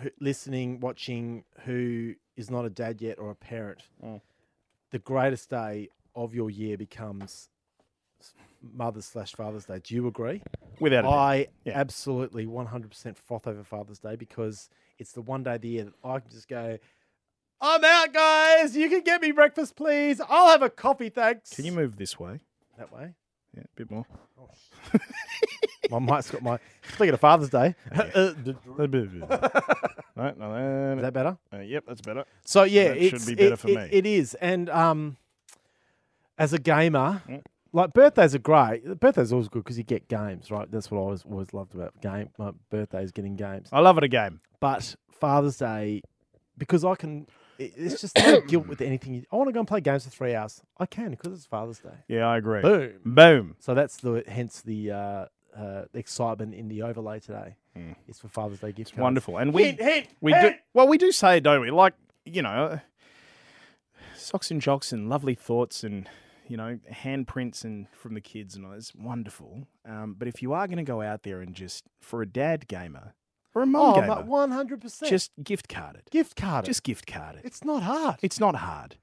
Speaker 2: who, listening, watching, who is not a dad yet or a parent, the greatest day of your year becomes Mother's slash Father's Day. Do you agree?
Speaker 1: Without a doubt.
Speaker 2: I
Speaker 1: Yeah.
Speaker 2: absolutely 100% froth over Father's Day because it's the one day of the year that I can just go, I'm out, guys. You can get me breakfast, please. I'll have a coffee, thanks.
Speaker 1: Can you move this way?
Speaker 2: that way?
Speaker 1: Yeah, a bit more.
Speaker 2: My mic's got my. Speaking of
Speaker 1: *laughs*
Speaker 2: Father's Day, uh, d-
Speaker 1: no, no, no,
Speaker 2: is
Speaker 1: no.
Speaker 2: that better?
Speaker 1: Uh, yep, that's better.
Speaker 2: So yeah,
Speaker 1: That should
Speaker 2: it's-
Speaker 1: be better
Speaker 2: it-
Speaker 1: for
Speaker 2: it-
Speaker 1: me.
Speaker 2: It is, and um, as a gamer, like birthdays are great. Birthdays are always good because you get games, right? That's what I always always loved about game. My birthdays getting games,
Speaker 1: I love it a game.
Speaker 2: but Father's Day, because I can. it- It's
Speaker 1: *coughs*
Speaker 2: just no guilt with anything. you- I want to go and play games for three hours. I can because it's Father's Day.
Speaker 1: Yeah, I agree.
Speaker 2: Boom.
Speaker 1: Boom.
Speaker 2: So that's the hence the uh, uh, excitement in the overlay today. It's for Father's Day gift cards.
Speaker 1: Hmm. Wonderful. And we
Speaker 2: Hint, hint,
Speaker 1: we do
Speaker 2: hint.
Speaker 1: well, we do say it, don't we? Like, you know, socks and jocks and lovely thoughts and you know, handprints and from the kids and all that's wonderful. Um, but if you are going to go out there and just for a dad gamer or a mum
Speaker 2: Oh,
Speaker 1: gamer,
Speaker 2: one hundred percent.
Speaker 1: just gift card it.
Speaker 2: gift card. it.
Speaker 1: Just gift card it.
Speaker 2: it's not hard.
Speaker 1: It's not hard.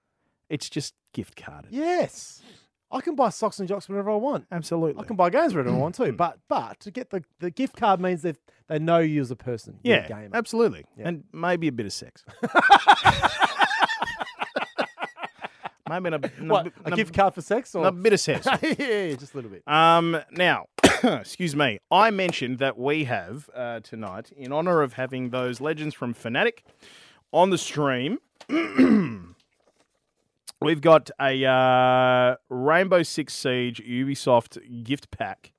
Speaker 1: It's just gift carded.
Speaker 2: yes, I can buy socks and jocks whenever I want.
Speaker 1: Absolutely.
Speaker 2: I can buy games whenever I want
Speaker 1: Mm.
Speaker 2: too. But but to get the, the gift card means that they know you as a person. You're
Speaker 1: yeah,
Speaker 2: a gamer.
Speaker 1: absolutely. And maybe a bit of
Speaker 2: *laughs*
Speaker 1: sex. maybe
Speaker 2: *laughs*
Speaker 1: a,
Speaker 2: What, a gift card for sex or
Speaker 1: a bit of sex.
Speaker 2: *laughs* yeah, just a little bit.
Speaker 1: Um, now, *coughs* excuse me. I mentioned that we have uh, tonight, in honor of having those legends from Fnatic on the stream, *coughs* we've got a uh, Rainbow Six Siege Ubisoft gift pack,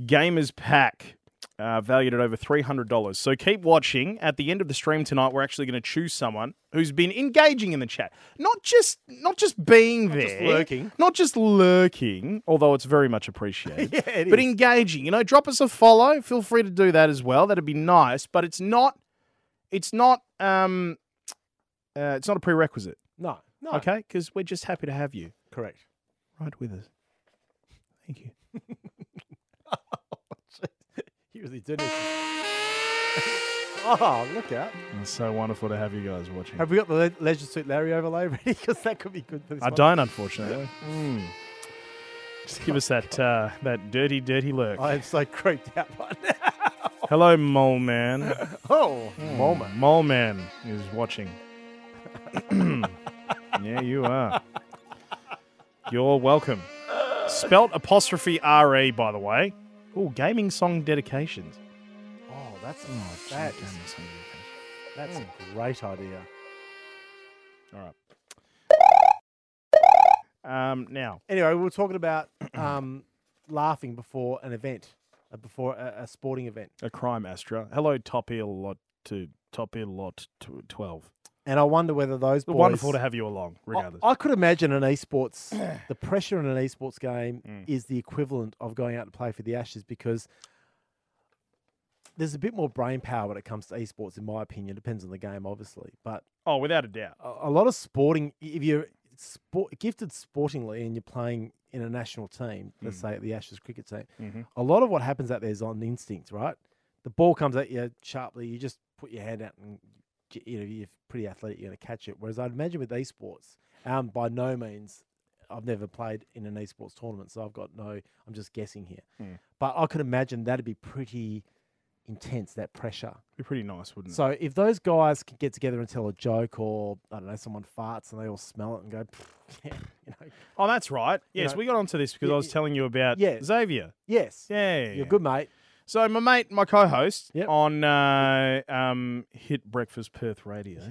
Speaker 1: gamers pack. Uh, valued at over $300. So keep watching. At the end of the stream tonight, we're actually going to choose someone who's been engaging in the chat. Not just not just being there.
Speaker 2: just lurking.
Speaker 1: Not just lurking, although it's very *laughs* much appreciated.
Speaker 2: Yeah, it
Speaker 1: but
Speaker 2: is.
Speaker 1: engaging. You know, drop us a follow. Feel free to do that as well. That'd be nice. But it's not. It's not. Um, uh, it's not a prerequisite.
Speaker 2: No, no.
Speaker 1: Okay, because we're just happy to have you
Speaker 2: correct.
Speaker 1: right with us. Thank you. *laughs*
Speaker 2: You really did. it. Oh, look out.
Speaker 1: It's so wonderful to have you guys watching.
Speaker 2: Have we got the Le- Leisure Suit Larry overlay ready? *laughs* Because that could be good for this
Speaker 1: I
Speaker 2: one.
Speaker 1: don't, unfortunately. Just give us that uh, that dirty, dirty look.
Speaker 2: I am so creeped out by
Speaker 1: *laughs*
Speaker 2: now.
Speaker 1: Hello, Mole *laughs* Man.
Speaker 2: Oh, moment.
Speaker 1: Mole Man Mm. is
Speaker 2: *clears throat*
Speaker 1: watching. yeah, you are. You're welcome. Spelt apostrophe re, by the way. Oh, gaming song dedications.
Speaker 2: Oh, that's, that is- that's a great idea.
Speaker 1: Hmm. All right. Um, now,
Speaker 2: Anyway, we were talking about um, laughing before an event, uh, before a, a sporting event.
Speaker 1: a crime, Astra. Hello, Top Ear Lot to Top Ear Lot to Twelve.
Speaker 2: And I wonder whether those boys. Oh,
Speaker 1: Wonderful to have you along, regardless.
Speaker 2: I, I could imagine an esports, the pressure in an esports game is the equivalent of going out to play for the Ashes because there's a bit more brain power when it comes to esports, in my opinion. Depends on the game, obviously, but
Speaker 1: oh, without a doubt.
Speaker 2: a, a lot of sporting. If you're sport, gifted sportingly and you're playing in a national team, let's say the Ashes cricket team, a lot of what happens out there is on instinct, right? The ball comes at you sharply. You just put your hand out and y- you know you're pretty athletic. You're going to catch it. Whereas I'd imagine with esports, um, by no means. I've never played in an esports tournament, so I've got no. I'm just guessing here, but I could imagine that'd be pretty intense. That pressure.
Speaker 1: Be pretty nice, wouldn't it?
Speaker 2: So if those guys can get together and tell a joke, or I don't know, someone farts and they all smell it and go, *laughs* yeah, you know,
Speaker 1: Oh, that's right.
Speaker 2: You
Speaker 1: Yes,
Speaker 2: know-
Speaker 1: we got onto this because
Speaker 2: Yeah,
Speaker 1: I was
Speaker 2: yeah.
Speaker 1: telling you about
Speaker 2: Yeah.
Speaker 1: Xavier.
Speaker 2: yes,
Speaker 1: Yeah,
Speaker 2: you're
Speaker 1: *laughs*
Speaker 2: good, mate. *laughs*
Speaker 1: So my mate, my co-host
Speaker 2: Yep.
Speaker 1: on uh, um, Hit Breakfast Perth Radio,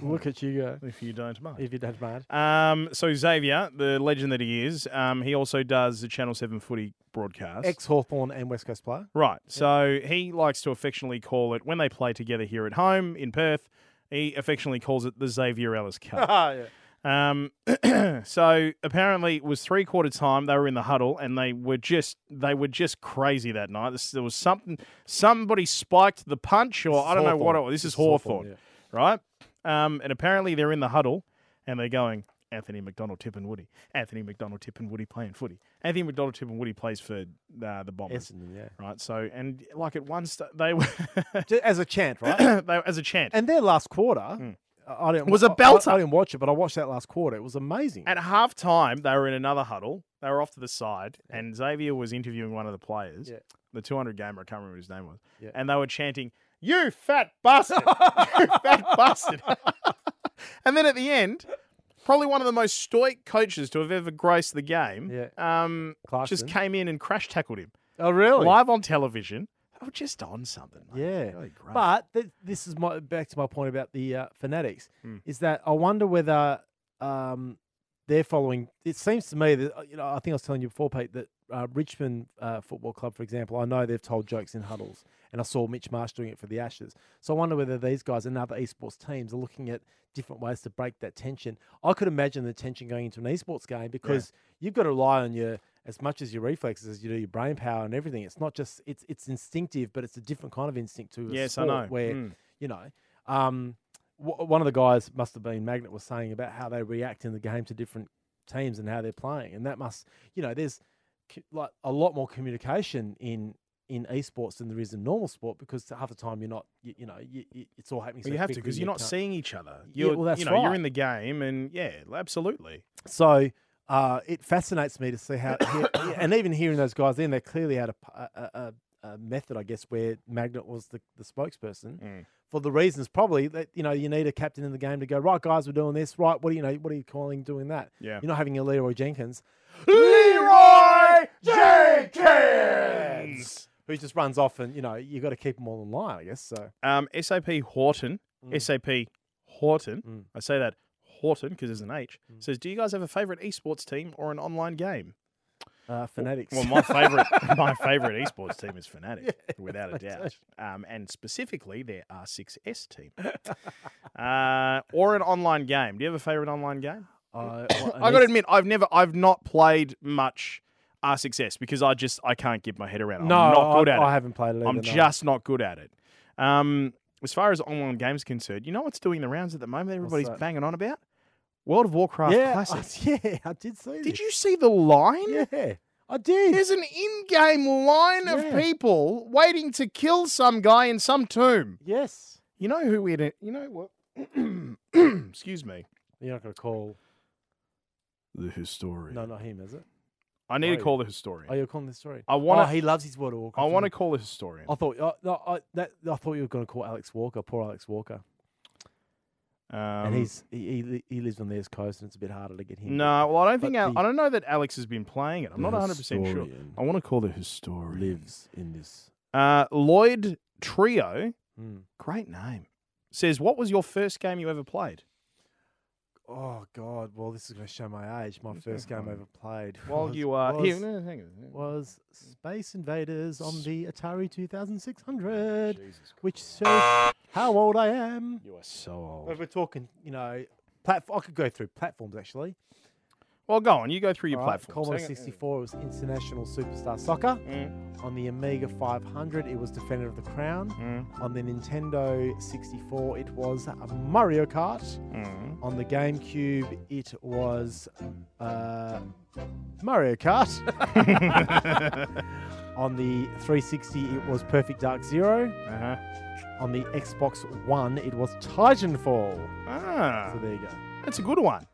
Speaker 2: Look at
Speaker 1: *laughs*
Speaker 2: you go.
Speaker 1: if you don't mind.
Speaker 2: If you don't mind,
Speaker 1: Um, so Xavier, the legend that he is, um, he also does the Channel Seven footy broadcast.
Speaker 2: ex Hawthorn and West
Speaker 1: *laughs*
Speaker 2: Coast player.
Speaker 1: Right. So he likes to affectionately call it when they play together here at home in Perth. He affectionately calls it the Xavier Ellis Cup.
Speaker 2: Ah, yeah.
Speaker 1: um, *clears throat* so apparently it was three quarter time. They were in the huddle and they were just they were just crazy that night. This, there was something somebody spiked the punch or
Speaker 2: This is
Speaker 1: I don't know what it
Speaker 2: Hawthorn.
Speaker 1: was. This, is
Speaker 2: Hawthorn,
Speaker 1: Hawthorne, right? Um, and apparently they're in the huddle and they're going. Anthony McDonald, Tip and Woody. Anthony McDonald, Tip and Woody playing footy. Anthony McDonald, Tip and Woody plays for uh, the Bombers
Speaker 2: Essendon, yeah.
Speaker 1: right? So, and like at one st- they were, *laughs*
Speaker 2: Ju- as a chant, right?
Speaker 1: *coughs* they were as a chant
Speaker 2: and their last quarter, I I didn't
Speaker 1: Hmm. Was a
Speaker 2: I- I- I,
Speaker 1: belter.
Speaker 2: didn't watch it, but I watched that last quarter. It was
Speaker 1: *laughs*
Speaker 2: amazing.
Speaker 1: at half time they were in another huddle. They were off to the side, and Xavier was interviewing one of the players,
Speaker 2: Yeah.
Speaker 1: the 200 gamer. I can't remember what his name was,
Speaker 2: Yeah.
Speaker 1: and they were chanting, "You fat bastard!
Speaker 2: *laughs*
Speaker 1: you fat bastard!" *laughs* and then at the end. Probably one of the most stoic coaches to have ever graced the game.
Speaker 2: Yeah.
Speaker 1: Um,
Speaker 2: Clarkson.
Speaker 1: just came in and crash tackled him
Speaker 2: oh, really?
Speaker 1: live on television. Oh, just on something. mate.
Speaker 2: Yeah,
Speaker 1: Really great.
Speaker 2: but th- this is my back to my point about the uh, fanatics. Is that I wonder whether um, they're following. It seems to me that uh, you know I think I was telling you before, Pete, that uh, Richmond uh, Football Club, for example, I know they've told jokes in huddles, and I saw Mitch Marsh doing it for the Ashes. So I wonder whether these guys and other esports teams are looking at different ways to break that tension. I could imagine the tension going into an esports game because you've got to rely on your as much as your reflexes as you do your brain power and everything. It's not just it's it's instinctive, but it's a different kind of instinct to a
Speaker 1: Yes, I
Speaker 2: sport
Speaker 1: know.
Speaker 2: where
Speaker 1: Mm.
Speaker 2: you know. Um, w- one of the guys must have been Magnet was saying about how they react in the game to different teams and how they're playing, and that must you know there's c- like a lot more communication in in esports than there is in normal sport because half the time you're not you, you know you, you, it's all happening.
Speaker 1: Well,
Speaker 2: so
Speaker 1: you have to
Speaker 2: quickly,
Speaker 1: because you're not
Speaker 2: can't-
Speaker 1: seeing each other.
Speaker 2: Yeah,
Speaker 1: You're,
Speaker 2: well, that's
Speaker 1: you know, you're
Speaker 2: right.
Speaker 1: in the game, and yeah, absolutely.
Speaker 2: So uh, it fascinates me to see how, hear- yeah, and even hearing those guys in, they clearly had a, p- a- a- a- a method, I guess, where Magnet was the, the spokesperson
Speaker 1: Mm.
Speaker 2: for the reasons probably that you know you need a captain in the game to go right, guys, we're doing this, right? What do you know? What are you calling doing that?
Speaker 1: Yeah.
Speaker 2: you're not having a Leroy Jenkins
Speaker 1: Leroy Jenkins.
Speaker 2: who just runs off, and you know you got to keep them all in line, I guess. So uh,
Speaker 1: Um, SAP Horton, SAP Horton.
Speaker 2: Mm.
Speaker 1: I say that Horton because there's an H. Says, do you guys have a favorite esports team or an online *laughs* game?
Speaker 2: uh, fanatics.
Speaker 1: Well, my
Speaker 2: *laughs*
Speaker 1: favorite, my favorite esports team is Fnatic, *laughs* without a doubt, um, and specifically their R6S team, *laughs* uh, or an online game. Do you have a favorite online game? *laughs*
Speaker 2: Uh,
Speaker 1: I got to admit, I've never, I've not played much R6S because I just, I can't get my head around it.
Speaker 2: no,
Speaker 1: I'm not good
Speaker 2: I,
Speaker 1: at
Speaker 2: I
Speaker 1: it.
Speaker 2: haven't played it. Either,
Speaker 1: I'm
Speaker 2: no.
Speaker 1: just not good at it. Um, as far as online games concerned, you know what's doing the rounds at the moment? Everybody's
Speaker 2: that?
Speaker 1: banging on about World of Warcraft
Speaker 2: *laughs* yeah,
Speaker 1: Classic.
Speaker 2: I, yeah, I did see.
Speaker 1: Did
Speaker 2: this.
Speaker 1: you see the line?
Speaker 2: Yeah, I I did.
Speaker 1: There's an in-game line
Speaker 2: Yeah.
Speaker 1: of people waiting to kill some guy in some tomb.
Speaker 2: yes.
Speaker 1: You know who we? You know what? *clears throat* Excuse me.
Speaker 2: You're not going to call.
Speaker 1: The historian.
Speaker 2: No, not him, is it?
Speaker 1: I need
Speaker 2: Oh,
Speaker 1: to
Speaker 2: yeah.
Speaker 1: call the
Speaker 2: Oh,
Speaker 1: historian.
Speaker 2: you're calling this story.
Speaker 1: I wanna-
Speaker 2: Oh, he loves his World of
Speaker 1: I
Speaker 2: Warcraft.
Speaker 1: want to
Speaker 2: doesn't
Speaker 1: call the historian.
Speaker 2: he? I thought. I, no, I, that, I thought you were going to call Alex Walker. Poor Alex Walker.
Speaker 1: Um,
Speaker 2: and he's he, he li- he lives on the east coast, and it's a bit harder to get him.
Speaker 1: no. Well, I don't think
Speaker 2: But
Speaker 1: Al-
Speaker 2: the-
Speaker 1: I don't know that Alex has been playing it. I'm not
Speaker 2: The
Speaker 1: 100 percent sure.
Speaker 2: historian
Speaker 1: I want to call the historian.
Speaker 2: lives in this.
Speaker 1: Uh, Lloyd Trio,
Speaker 2: Mm.
Speaker 1: great name, says, "What was your first game you ever played?"
Speaker 2: Oh God! Well, this is going to show my age. My first game I ever played. *laughs*
Speaker 1: While
Speaker 2: was-
Speaker 1: you are
Speaker 2: was,
Speaker 1: here, no, hang on.
Speaker 2: was Space Invaders on the Atari 2600,
Speaker 1: Jesus
Speaker 2: which shows how old I am.
Speaker 1: You are so
Speaker 2: But
Speaker 1: old.
Speaker 2: we're talking, you know, platform. I could go through platforms actually.
Speaker 1: Well, go on. You go through your
Speaker 2: All right,
Speaker 1: platforms.
Speaker 2: Commodore
Speaker 1: Hang on. Mm.
Speaker 2: 64 was International Superstar Soccer. On the Amiga 500, it was Defender of the Crown. On the Nintendo 64, it was uh, Mario Kart. On the GameCube, it was uh, Mario Kart. *laughs*
Speaker 1: Mm, *laughs*
Speaker 2: On the 360, it was Perfect Dark Zero.
Speaker 1: Uh-huh.
Speaker 2: On the Xbox One, it was Titanfall. So
Speaker 1: Ah,
Speaker 2: there you go.
Speaker 1: that's a good one.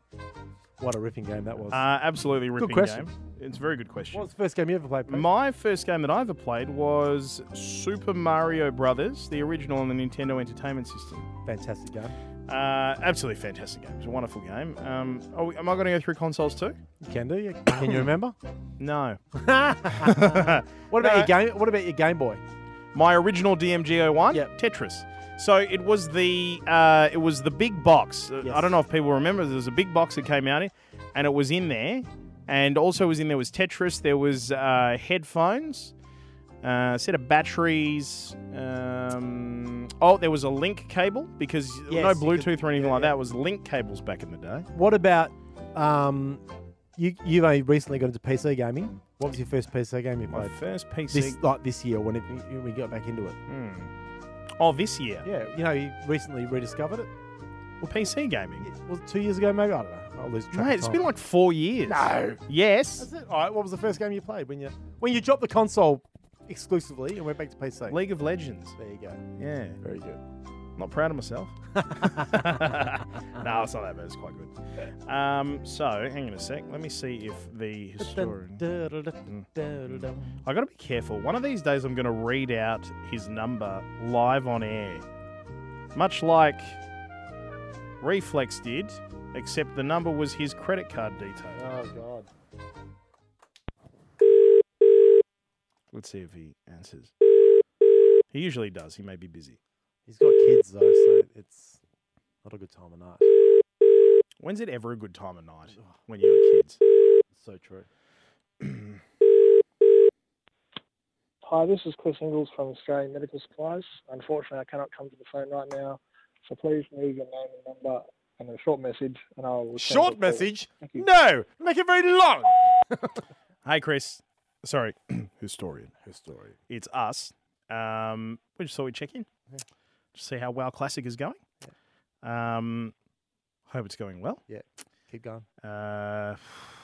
Speaker 2: What a ripping game that was.
Speaker 1: Uh, absolutely ripping
Speaker 2: question.
Speaker 1: game. It's a very good question.
Speaker 2: what was the first game you ever played? Pete?
Speaker 1: My first game that I ever played was Super Mario Brothers, the original on the Nintendo Entertainment System.
Speaker 2: Fantastic game.
Speaker 1: Uh, absolutely fantastic game. It's a wonderful game. Um, are we- am I going to go through consoles too?
Speaker 2: You can do. Yeah.
Speaker 1: *coughs*
Speaker 2: Can you remember? *laughs*
Speaker 1: No.
Speaker 2: What about your game? What about your Game Boy?
Speaker 1: my original DMG one
Speaker 2: Yep.
Speaker 1: Tetris. So it was the uh, it was the big box. Uh, I
Speaker 2: Yes.
Speaker 1: don't know if people remember. There was a big box that came out, in, and it was in there, and also was in there was Tetris. There was uh, headphones, uh, set of batteries. Um, oh, there was a link cable because there was
Speaker 2: Yes,
Speaker 1: no
Speaker 2: you could-
Speaker 1: Bluetooth or anything
Speaker 2: yeah,
Speaker 1: like
Speaker 2: yeah.
Speaker 1: that. It was link cables back in the day.
Speaker 2: What about um, you? You've only recently got into PC gaming. What was your first PC game you
Speaker 1: My
Speaker 2: played?
Speaker 1: first PC.
Speaker 2: This like this year when, it, when we got back into it.
Speaker 1: Hmm. Oh, this year.
Speaker 2: Yeah, you know, you recently rediscovered it.
Speaker 1: Well, PC gaming.
Speaker 2: It was two years ago, maybe. I don't know. I'll lose track.
Speaker 1: Mate,
Speaker 2: of
Speaker 1: it's
Speaker 2: time.
Speaker 1: been like four years. No. Yes.
Speaker 2: That's it. All right. What was the first game you played when you when you dropped the console exclusively and went back to PC?
Speaker 1: League of Legends.
Speaker 2: There you go.
Speaker 1: Yeah.
Speaker 2: Very good.
Speaker 1: Not proud of
Speaker 2: *laughs*
Speaker 1: myself. *laughs* no, it's not that bad. It's quite good. Um, so, hang on a sec. Let me see if the historian. I got to be careful. One of these days, I'm going to read out his number live on air, much like Reflex did, except the number was his credit card detail.
Speaker 2: Oh God.
Speaker 1: Let's see if he answers. He usually does. He may be busy.
Speaker 2: He's got kids though, so it's not a good time of night.
Speaker 1: When's it ever a good time of night when you're kids?
Speaker 2: It's
Speaker 1: *clears throat*
Speaker 2: so true.
Speaker 10: Hi, this is Chris Ingalls from Australian Medical Supplies. Unfortunately, I cannot come to the phone right now, so please leave your name and number and a short message, and I will. return your
Speaker 2: Short
Speaker 10: call.
Speaker 2: message?
Speaker 10: Thank you.
Speaker 2: No, make it very long.
Speaker 1: Hey, Chris.
Speaker 2: *clears throat*
Speaker 1: Sorry, historian. Historian. It's us. Um, we just thought we'd check in, just see how WoW Classic is going. Um, hope it's going well.
Speaker 2: Keep going.
Speaker 1: Uh,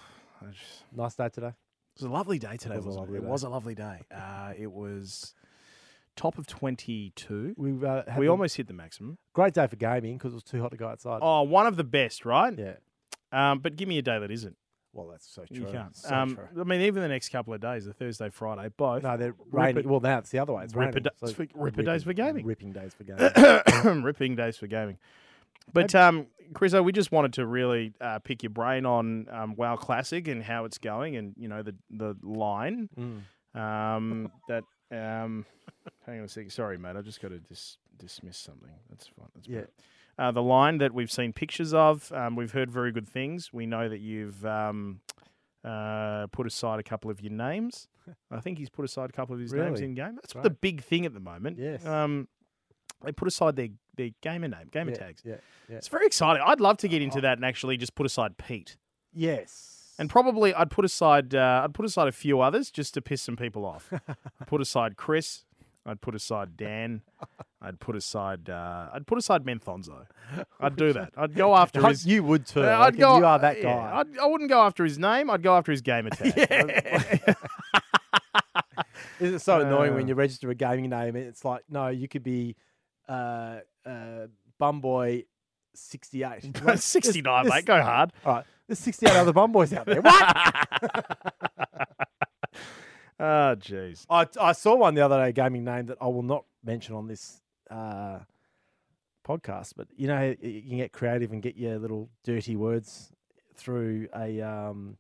Speaker 1: *sighs* I just-
Speaker 2: Nice day today.
Speaker 1: it was a lovely day today.
Speaker 2: It was a
Speaker 1: wasn't
Speaker 2: lovely
Speaker 1: it?
Speaker 2: day.
Speaker 1: It was a lovely
Speaker 2: *laughs*
Speaker 1: day. Uh, it was top of twenty-two.
Speaker 2: We uh, had
Speaker 1: We
Speaker 2: a
Speaker 1: almost hit the maximum.
Speaker 2: great day for gaming because it was too hot to go outside.
Speaker 1: Oh, one of the best, right?
Speaker 2: Yeah.
Speaker 1: Um, but give me a day that isn't.
Speaker 2: Well, that's so
Speaker 1: You
Speaker 2: true.
Speaker 1: can't.
Speaker 2: So
Speaker 1: um,
Speaker 2: true.
Speaker 1: I mean, even the next couple of days, the Thursday, Friday, both.
Speaker 2: No, they're raining.
Speaker 1: it-
Speaker 2: well, now it's the other way. It's
Speaker 1: Ripper
Speaker 2: raining.
Speaker 1: days
Speaker 2: so
Speaker 1: for-
Speaker 2: it's
Speaker 1: ripper days for gaming.
Speaker 2: Ripping
Speaker 1: *coughs*
Speaker 2: days for gaming.
Speaker 1: ripping days for gaming. But um, Chris, we just wanted to really uh, pick your brain on um, WoW Classic and how it's going, and you know the the line
Speaker 2: Mm.
Speaker 1: um, that. Um, hang on a second. Sorry, mate. I just got to dis- dismiss something. That's fine. That's
Speaker 2: Yeah.
Speaker 1: fine. Uh, the line that we've seen pictures of, um, we've heard very good things. We know that you've um, uh, put aside a couple of your names. I think he's put aside a couple of his names
Speaker 2: Really?
Speaker 1: in game. That's the
Speaker 2: Right.
Speaker 1: big thing at the moment.
Speaker 2: Yes.
Speaker 1: Um, they put aside their, their gamer name, gamer
Speaker 2: yeah, Uh-huh.
Speaker 1: tags.
Speaker 2: Yeah. yeah.
Speaker 1: It's very exciting. I'd love to get into that and actually just put aside Pete,
Speaker 2: Yes.
Speaker 1: and probably I'd
Speaker 2: *laughs*
Speaker 1: put aside uh, I'd put aside a few others just to piss some people off. put aside Chris. I'd put aside Dan. I'd put aside. Uh, I'd put aside Menthonzo. I'd do that. I'd
Speaker 2: *laughs*
Speaker 1: go after *laughs*
Speaker 2: I-
Speaker 1: his.
Speaker 2: Oh, you would too.
Speaker 1: Uh,
Speaker 2: Like, if you are that
Speaker 1: yeah,
Speaker 2: guy.
Speaker 1: I'd, I wouldn't go after his name. I'd go after his
Speaker 2: *laughs*
Speaker 1: gamer tag. *laughs*
Speaker 2: Is it so annoying when
Speaker 1: Uh.
Speaker 2: you register a gaming name and it's like, no, you could be uh, uh, Bumboy
Speaker 1: *laughs*
Speaker 2: sixty eight,
Speaker 1: 69, mate, go hard.
Speaker 2: All right, there's sixty eight other Bumboys out there. What?
Speaker 1: *laughs* Ah, jeez.
Speaker 2: I I saw one the other day, a gaming name that I will not mention on this uh, podcast, but you know, y- you can get creative and get your little dirty words through a um,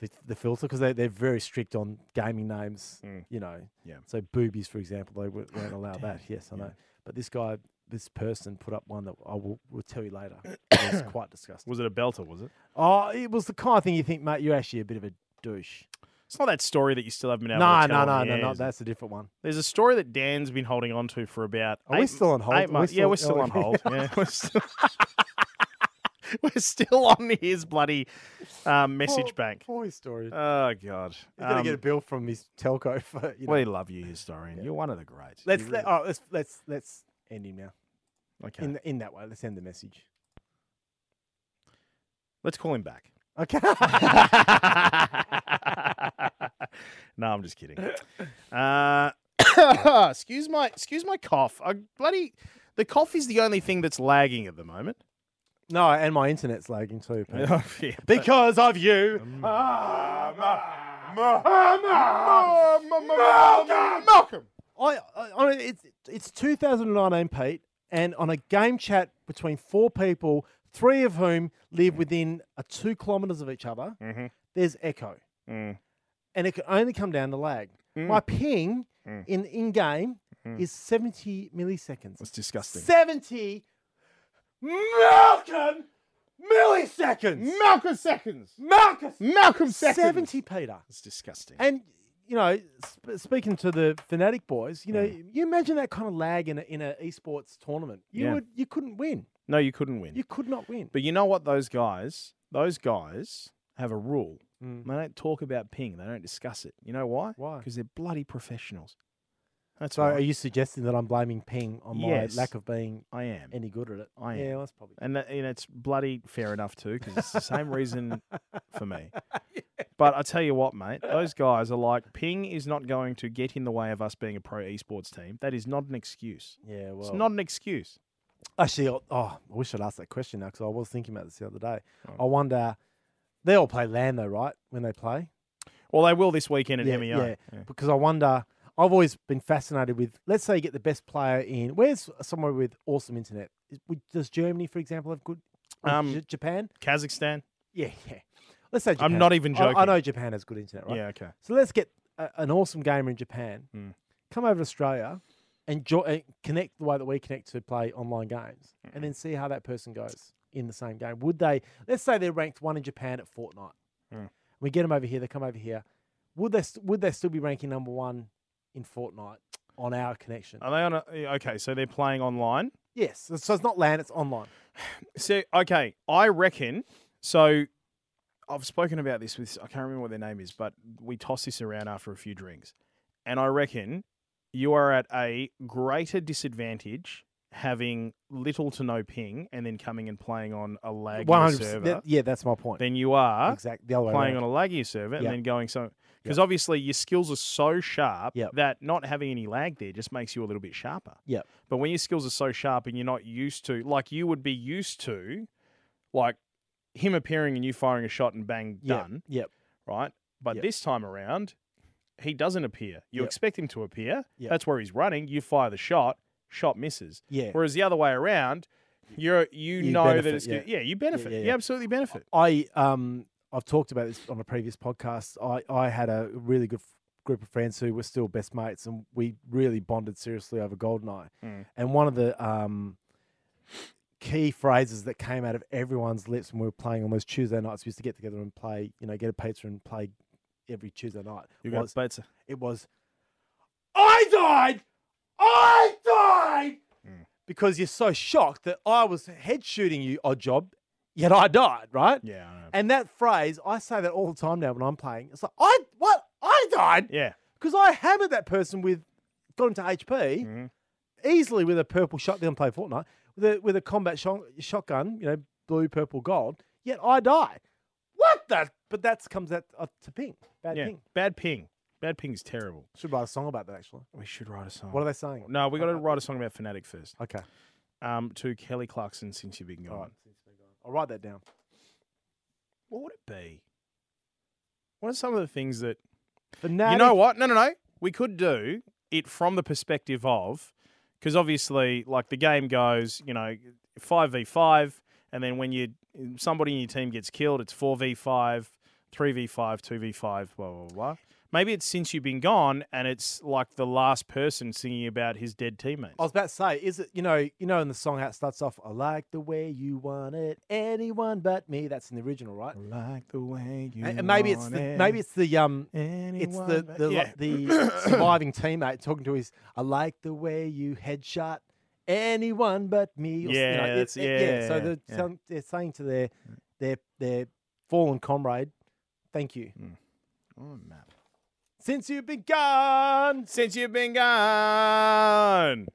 Speaker 2: the, the filter because they they're very strict on gaming names. You know,
Speaker 1: Mm. Yeah.
Speaker 2: So boobies, for example, they wo-
Speaker 1: *coughs*
Speaker 2: won't allow that. Yes, I know. But this guy, this person, put up one that I will will tell
Speaker 1: *coughs*
Speaker 2: you later. It was quite disgusting.
Speaker 1: Was it a belter? Was it?
Speaker 2: Oh, it was the kind of thing you think, mate. You're actually a bit of a douche.
Speaker 1: It's not that story that you still haven't been able
Speaker 2: No,
Speaker 1: to tell.
Speaker 2: no, no,
Speaker 1: on the
Speaker 2: no,
Speaker 1: air,
Speaker 2: no.
Speaker 1: is it?
Speaker 2: That's a different one.
Speaker 1: There's a story that Dan's been holding on to for about.
Speaker 2: Are we
Speaker 1: eight-
Speaker 2: still on hold? Are
Speaker 1: Eight
Speaker 2: we
Speaker 1: months. yeah,
Speaker 2: still-
Speaker 1: we're still
Speaker 2: oh,
Speaker 1: on
Speaker 2: *laughs*
Speaker 1: hold. Yeah, we're still. *laughs* we're still on his bloody um, message
Speaker 2: Poor-
Speaker 1: bank.
Speaker 2: Poor historian.
Speaker 1: Oh God.
Speaker 2: He's gonna get a
Speaker 1: Um,
Speaker 2: bill from his telco for you know.
Speaker 1: We love you, historian. You're one of the greats.
Speaker 2: *laughs* let's
Speaker 1: You
Speaker 2: let,
Speaker 1: really-
Speaker 2: oh, let's let's let's end him now.
Speaker 1: Okay.
Speaker 2: In in that way, let's end
Speaker 1: *laughs*
Speaker 2: the message.
Speaker 1: Let's call him *laughs* back.
Speaker 2: Okay. *laughs*
Speaker 1: no, I'm just kidding. Uh, *coughs* excuse my excuse my cough. I bloody the cough is the only thing that's lagging at the moment.
Speaker 2: no, and my internet's lagging too. Pete.
Speaker 1: *laughs* Yeah, but-
Speaker 2: because of *laughs* you.
Speaker 1: Malcolm.
Speaker 2: I, I, I it's it's 2019, Pete, and on a game chat between four people, three of whom live within a two kilometers of each other.
Speaker 1: Mhm.
Speaker 2: There's echo,
Speaker 1: Mm.
Speaker 2: and it can only come down to lag. My ping
Speaker 1: Mm.
Speaker 2: in in game is 70 milliseconds.
Speaker 1: That's Mm. disgusting.
Speaker 2: 70 Malcolm milliseconds.
Speaker 1: Malcolm seconds.
Speaker 2: Malcolm.
Speaker 1: Malcolm seconds.
Speaker 2: 70 Peter.
Speaker 1: It's disgusting.
Speaker 2: And you know, sp- speaking to the fanatic boys, you know, you imagine that kind of lag in a, in a esports tournament. You
Speaker 1: Yeah.
Speaker 2: would you couldn't win.
Speaker 1: No, you couldn't win.
Speaker 2: You could not win.
Speaker 1: But you know what? Those guys, those guys have a rule.
Speaker 2: Mm.
Speaker 1: They don't talk about ping. They don't discuss it. You know why?
Speaker 2: Why?
Speaker 1: Because they're bloody professionals. That's
Speaker 2: So
Speaker 1: why
Speaker 2: are you suggesting that I'm blaming Ping on
Speaker 1: Yes.
Speaker 2: my lack of being
Speaker 1: I am.
Speaker 2: any good at it?
Speaker 1: I am.
Speaker 2: Yeah, that's probably.
Speaker 1: And that, you know, it's bloody fair enough too, because it's the same reason for
Speaker 2: *laughs*
Speaker 1: me. But I tell you what, mate, those guys are like, ping is not going to get in the way of us being a pro esports team. That is not an excuse.
Speaker 2: Yeah, well,
Speaker 1: It's not an excuse.
Speaker 2: Actually, oh, oh, I wish I'd asked that question now because I was thinking about this the other day. I wonder. They all play LAN though, right? When they play.
Speaker 1: Well, they will this weekend at E MEO.
Speaker 2: Yeah, because I wonder. I've always been fascinated with. Let's say you get the best player in. Where's somewhere with awesome internet? Is- would- Does Germany, for example, have good? or
Speaker 1: Um,
Speaker 2: J- Japan?
Speaker 1: Kazakhstan.
Speaker 2: Yeah, yeah. Let's say
Speaker 1: I'm
Speaker 2: Japan.
Speaker 1: not even
Speaker 2: I- I,
Speaker 1: joking.
Speaker 2: know Japan has good internet, right?
Speaker 1: Yeah, okay.
Speaker 2: So let's get a, an awesome gamer in Japan.
Speaker 1: Hmm.
Speaker 2: Come over to Australia and jo- uh, connect the way that we connect to play online games, and then see how that person goes in the same game. Would they? Let's say they're ranked one in Japan at Fortnite.
Speaker 1: Hmm.
Speaker 2: We get them over here. They come over here. Would they? St- would they still be ranking number one in Fortnite on our connection?
Speaker 1: Are they on a, yeah, okay, so they're playing online.
Speaker 2: yes. So it's not LAN. It's online.
Speaker 1: So, okay, I reckon. So, I've spoken about this with, I can't remember what their name is, but we toss this around after a few drinks. And I reckon you are at a greater disadvantage having little to no ping and then coming and playing on a laggy
Speaker 2: 100%.
Speaker 1: server
Speaker 2: That- yeah, that's my point.
Speaker 1: than you are
Speaker 2: Exact- the other way
Speaker 1: playing
Speaker 2: around.
Speaker 1: on a laggy server and
Speaker 2: Yeah.
Speaker 1: then going so. Because obviously your skills are so sharp that not having any lag there just makes you a little bit sharper.
Speaker 2: Yep.
Speaker 1: But when your skills are so sharp and you're not used to, like you would be used to, like him appearing and you firing a shot and bang,
Speaker 2: Yep,
Speaker 1: done.
Speaker 2: Yep.
Speaker 1: Right. But
Speaker 2: Yep.
Speaker 1: this time around, he doesn't appear. You
Speaker 2: Yep.
Speaker 1: expect him to appear.
Speaker 2: Yep.
Speaker 1: That's where he's running. You fire the shot, shot misses.
Speaker 2: Yeah.
Speaker 1: Whereas the other way around, you're you,
Speaker 2: You
Speaker 1: know that
Speaker 2: benefit,
Speaker 1: it's
Speaker 2: yeah.
Speaker 1: good. Yeah, you benefit.
Speaker 2: yeah,
Speaker 1: You
Speaker 2: yeah.
Speaker 1: absolutely benefit.
Speaker 2: I um I've talked about this on a previous podcast. I I had a really good f- group of friends who were still best mates, and we really bonded seriously over Goldeneye.
Speaker 1: Mm.
Speaker 2: And one of the um key phrases that came out of everyone's lips when we were playing on those Tuesday nights, we used to get together and play. You know, get a pizza and play every Tuesday night.
Speaker 1: You got
Speaker 2: was-
Speaker 1: pizza.
Speaker 2: It was. I died. I died.
Speaker 1: Hmm.
Speaker 2: Because you're so shocked that I was head shooting you, odd job, yet I died, right?
Speaker 1: Yeah. I know.
Speaker 2: And that phrase, I say that all the time now when I'm playing. It's like, I what? I died
Speaker 1: Yeah.
Speaker 2: because I hammered that person with got him to HP
Speaker 1: Mm-hmm.
Speaker 2: easily with a purple shotgun play Fortnite with a with a combat shot shotgun, you know, blue, purple, gold. Yet I die. What the? But that comes out uh, to ping. Bad
Speaker 1: Yeah.
Speaker 2: ping.
Speaker 1: Bad ping. Bad ping is terrible.
Speaker 2: Should write a song about that actually.
Speaker 1: We should write a song.
Speaker 2: What are they saying?
Speaker 1: Oh. No, we got to write a song about Fnatic first.
Speaker 2: Okay.
Speaker 1: Um, to Kelly Clarkson, since you've been gone.
Speaker 2: I'll write that down.
Speaker 1: What would it be? What are some of the things that
Speaker 2: Fnatic-
Speaker 1: You know what? No, no, no. We could do it from the perspective of because obviously, like the game goes, you know, five v five, and then when you somebody in your team gets killed, it's four v five, three v five, two v five, blah blah blah. Maybe it's since you've been gone, and it's like the last person singing about his dead teammate.
Speaker 2: I was about to say, is it you know you know in the song how it starts off? I like the way you want it, anyone but me. That's in the original, right? I
Speaker 1: like the way you
Speaker 2: and, and maybe it's
Speaker 1: want
Speaker 2: the
Speaker 1: it,
Speaker 2: maybe it's the um it's
Speaker 1: anyone
Speaker 2: the
Speaker 1: but-
Speaker 2: the,
Speaker 1: Yeah. *clears throat*
Speaker 2: the
Speaker 1: *coughs*
Speaker 2: surviving teammate talking to his. I like the way you headshot anyone but me. or s-
Speaker 1: Yeah,
Speaker 2: it-
Speaker 1: that's-
Speaker 2: it-
Speaker 1: yeah,
Speaker 2: So they're,
Speaker 1: yeah. Mm.
Speaker 2: telling- they're saying to their their their fallen comrade, "Thank you."
Speaker 1: Oh, man.
Speaker 2: Since you've been gone,
Speaker 1: since you've been gone,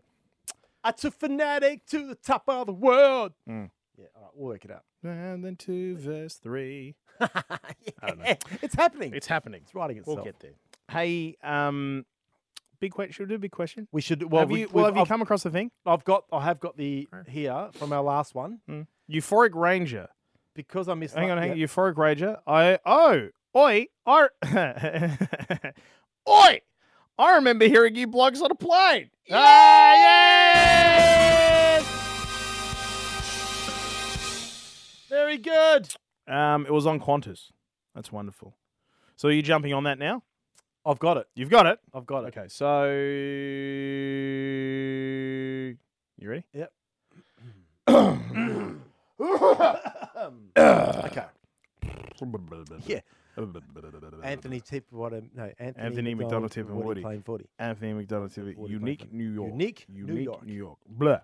Speaker 2: I took fanatic to the top of the world.
Speaker 1: Mm.
Speaker 2: Yeah, all right, we'll work it out.
Speaker 1: And then two verse three. I don't know.
Speaker 2: It's happening.
Speaker 1: It's happening.
Speaker 2: It's writing itself.
Speaker 1: We'll get there. Hey, um, big question. Should we do a big question?
Speaker 2: We should. Well,
Speaker 1: have
Speaker 2: we,
Speaker 1: you, well,
Speaker 2: we've-
Speaker 1: have you
Speaker 2: I've-
Speaker 1: come across the thing?
Speaker 2: I've got. I have got the here from our last one
Speaker 1: Mm. Euphoric Ranger.
Speaker 2: because I missed.
Speaker 1: Hang on,
Speaker 2: that-
Speaker 1: hang
Speaker 2: yeah.
Speaker 1: on. Euphoric Ranger. I oh oi ar, *laughs* oi. I remember hearing you blogs on a plane. Ah yes.
Speaker 2: Very good.
Speaker 1: Um, it was on Qantas. That's wonderful. So are you jumping on that now?
Speaker 2: I've got it.
Speaker 1: You've got it.
Speaker 2: I've got it.
Speaker 1: Okay, so you ready?
Speaker 2: Yep.
Speaker 1: okay.
Speaker 2: Yeah. Anthony Tip, what a no. Anthony,
Speaker 1: Anthony McDonald Tip and Woody.
Speaker 2: playing footy.
Speaker 1: Anthony McDonald Tip. Unique New York.
Speaker 2: Unique New York.
Speaker 1: New York. Blah.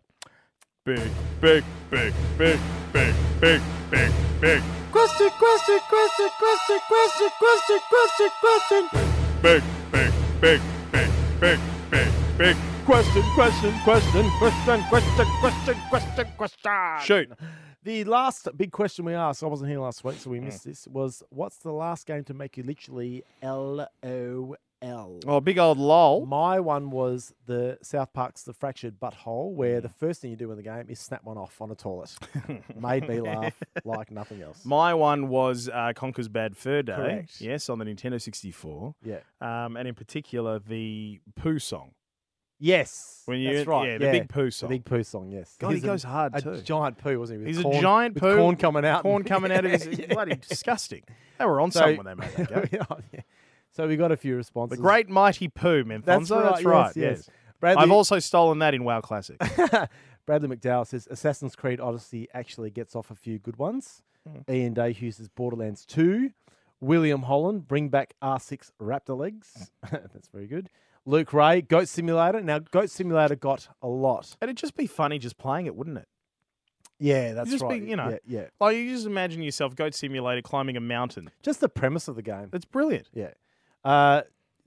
Speaker 1: Big, big, big, big, big, big, big, big,
Speaker 2: Question, question, question, question, question, question, question, question.
Speaker 1: big, big, big, big, big, big, big.
Speaker 2: Question, question, question, question, question, question, question, question.
Speaker 1: Shoot.
Speaker 2: The last big question we asked, I wasn't here last week, so
Speaker 1: Mm.
Speaker 2: we missed this, was what's the last game to make you literally L O L?
Speaker 1: Oh, big old lol.
Speaker 2: My one was the South Park's The Fractured Butthole, where
Speaker 1: Mm.
Speaker 2: the first thing you do in the game is snap one off on
Speaker 1: *laughs*
Speaker 2: a toilet. Made me laugh like nothing else.
Speaker 1: My one was uh, Conker's Bad Fur Day.
Speaker 2: Correct.
Speaker 1: Yes, on the Nintendo 64.
Speaker 2: Yeah.
Speaker 1: Um, and in particular, the poo song.
Speaker 2: Yes.
Speaker 1: When you-
Speaker 2: that's right.
Speaker 1: yeah, the big poo song.
Speaker 2: The big poo song, yes.
Speaker 1: God, he
Speaker 2: He's a-
Speaker 1: goes hard
Speaker 2: a
Speaker 1: too.
Speaker 2: giant poo, wasn't he? With
Speaker 1: He's
Speaker 2: corn-
Speaker 1: a giant
Speaker 2: with
Speaker 1: poo.
Speaker 2: Corn coming
Speaker 1: *laughs*
Speaker 2: out.
Speaker 1: Corn coming out of his.
Speaker 2: *laughs* Yeah.
Speaker 1: Bloody disgusting. They were on
Speaker 2: So-
Speaker 1: something when they made that game.
Speaker 2: *laughs* yeah. So we got a few responses.
Speaker 1: The great mighty poo, Menfonzo. That's right. yes.
Speaker 2: Bradley,
Speaker 1: I've also stolen that in WoW Classic. *laughs*
Speaker 2: Bradley McDowell says Assassin's Creed Odyssey actually gets off a few good ones. Ian Day Hughes' Borderlands 2. William Holland, bring back R6 Raptor legs. *laughs* That's very good. Luke Ray, Goat Simulator. Now, Goat Simulator got a lot.
Speaker 1: It'd just be funny just playing it, wouldn't it?
Speaker 2: Yeah,
Speaker 1: You
Speaker 2: that's
Speaker 1: just
Speaker 2: right.
Speaker 1: be- you know.
Speaker 2: yeah, yeah.
Speaker 1: Like you just imagine yourself Goat Simulator climbing a mountain.
Speaker 2: Just the premise of the game.
Speaker 1: That's brilliant.
Speaker 2: Yeah. Uh,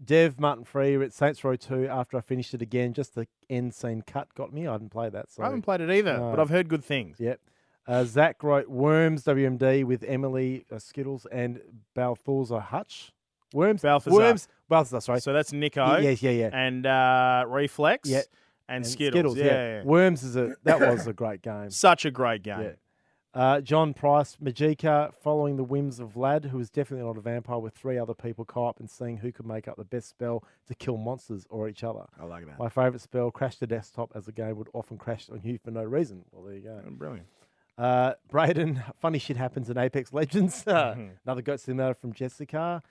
Speaker 2: Dev Martin Freer at Saints Row 2 after I finished it again. Just the end scene cut got me. I didn't play that. So.
Speaker 1: I haven't played it either, but
Speaker 2: No.
Speaker 1: I've heard good things.
Speaker 2: Yep. Uh, Zach wrote Worms WMD with Emily uh, Skittles and Balthazar Hutch. Worms?
Speaker 1: Balthazar.
Speaker 2: Worms. Balthazar, sorry.
Speaker 1: So that's Nico.
Speaker 2: Y- yes, yeah, yeah.
Speaker 1: And uh, Reflex.
Speaker 2: Yeah.
Speaker 1: And, Skittles. Yeah. yeah.
Speaker 2: Worms is a
Speaker 1: *coughs*
Speaker 2: that was a great game.
Speaker 1: Such a great game.
Speaker 2: Yeah. Uh, John Price, Majika, following the whims of Vlad, who is definitely not a vampire, with three other people co-op and seeing who could make up the best spell to kill monsters or each other.
Speaker 1: I like that.
Speaker 2: My favourite spell, Crash the Desktop, as the game would often crash on you for no reason. Well, there you go.
Speaker 1: Brilliant.
Speaker 2: Uh, *laughs* Braden, funny shit happens in Apex Legends. *laughs* Uh, Another goat simulator from Jessica.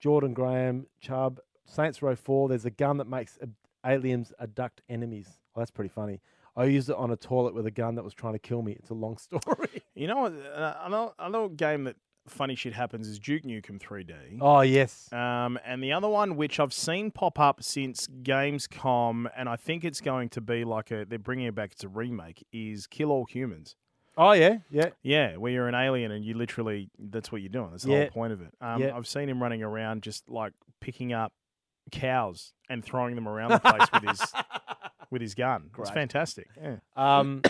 Speaker 2: Jordan Graham, Chubb, Saints Row 4. There's a gun that makes ab- aliens abduct enemies. Oh, that's pretty funny. I used it on a toilet with a gun that was trying to kill me. It's a long *laughs* story.
Speaker 1: You know, what, uh, another, another game that funny shit happens is Duke Nukem 3D.
Speaker 2: oh, yes.
Speaker 1: Um, and the other one, which I've seen pop up since Gamescom, and I think it's going to be like a they're bringing it back. It's a remake. Is Kill All Humans?
Speaker 2: Oh, yeah. Yeah.
Speaker 1: Yeah, where you're an alien and you literally that's what you're doing. That's the
Speaker 2: Yeah.
Speaker 1: whole point of it. Um,
Speaker 2: Yeah.
Speaker 1: I've seen him running around just like picking up cows and throwing them around the place with his with his gun. It's fantastic. Yeah.
Speaker 2: *coughs* Um,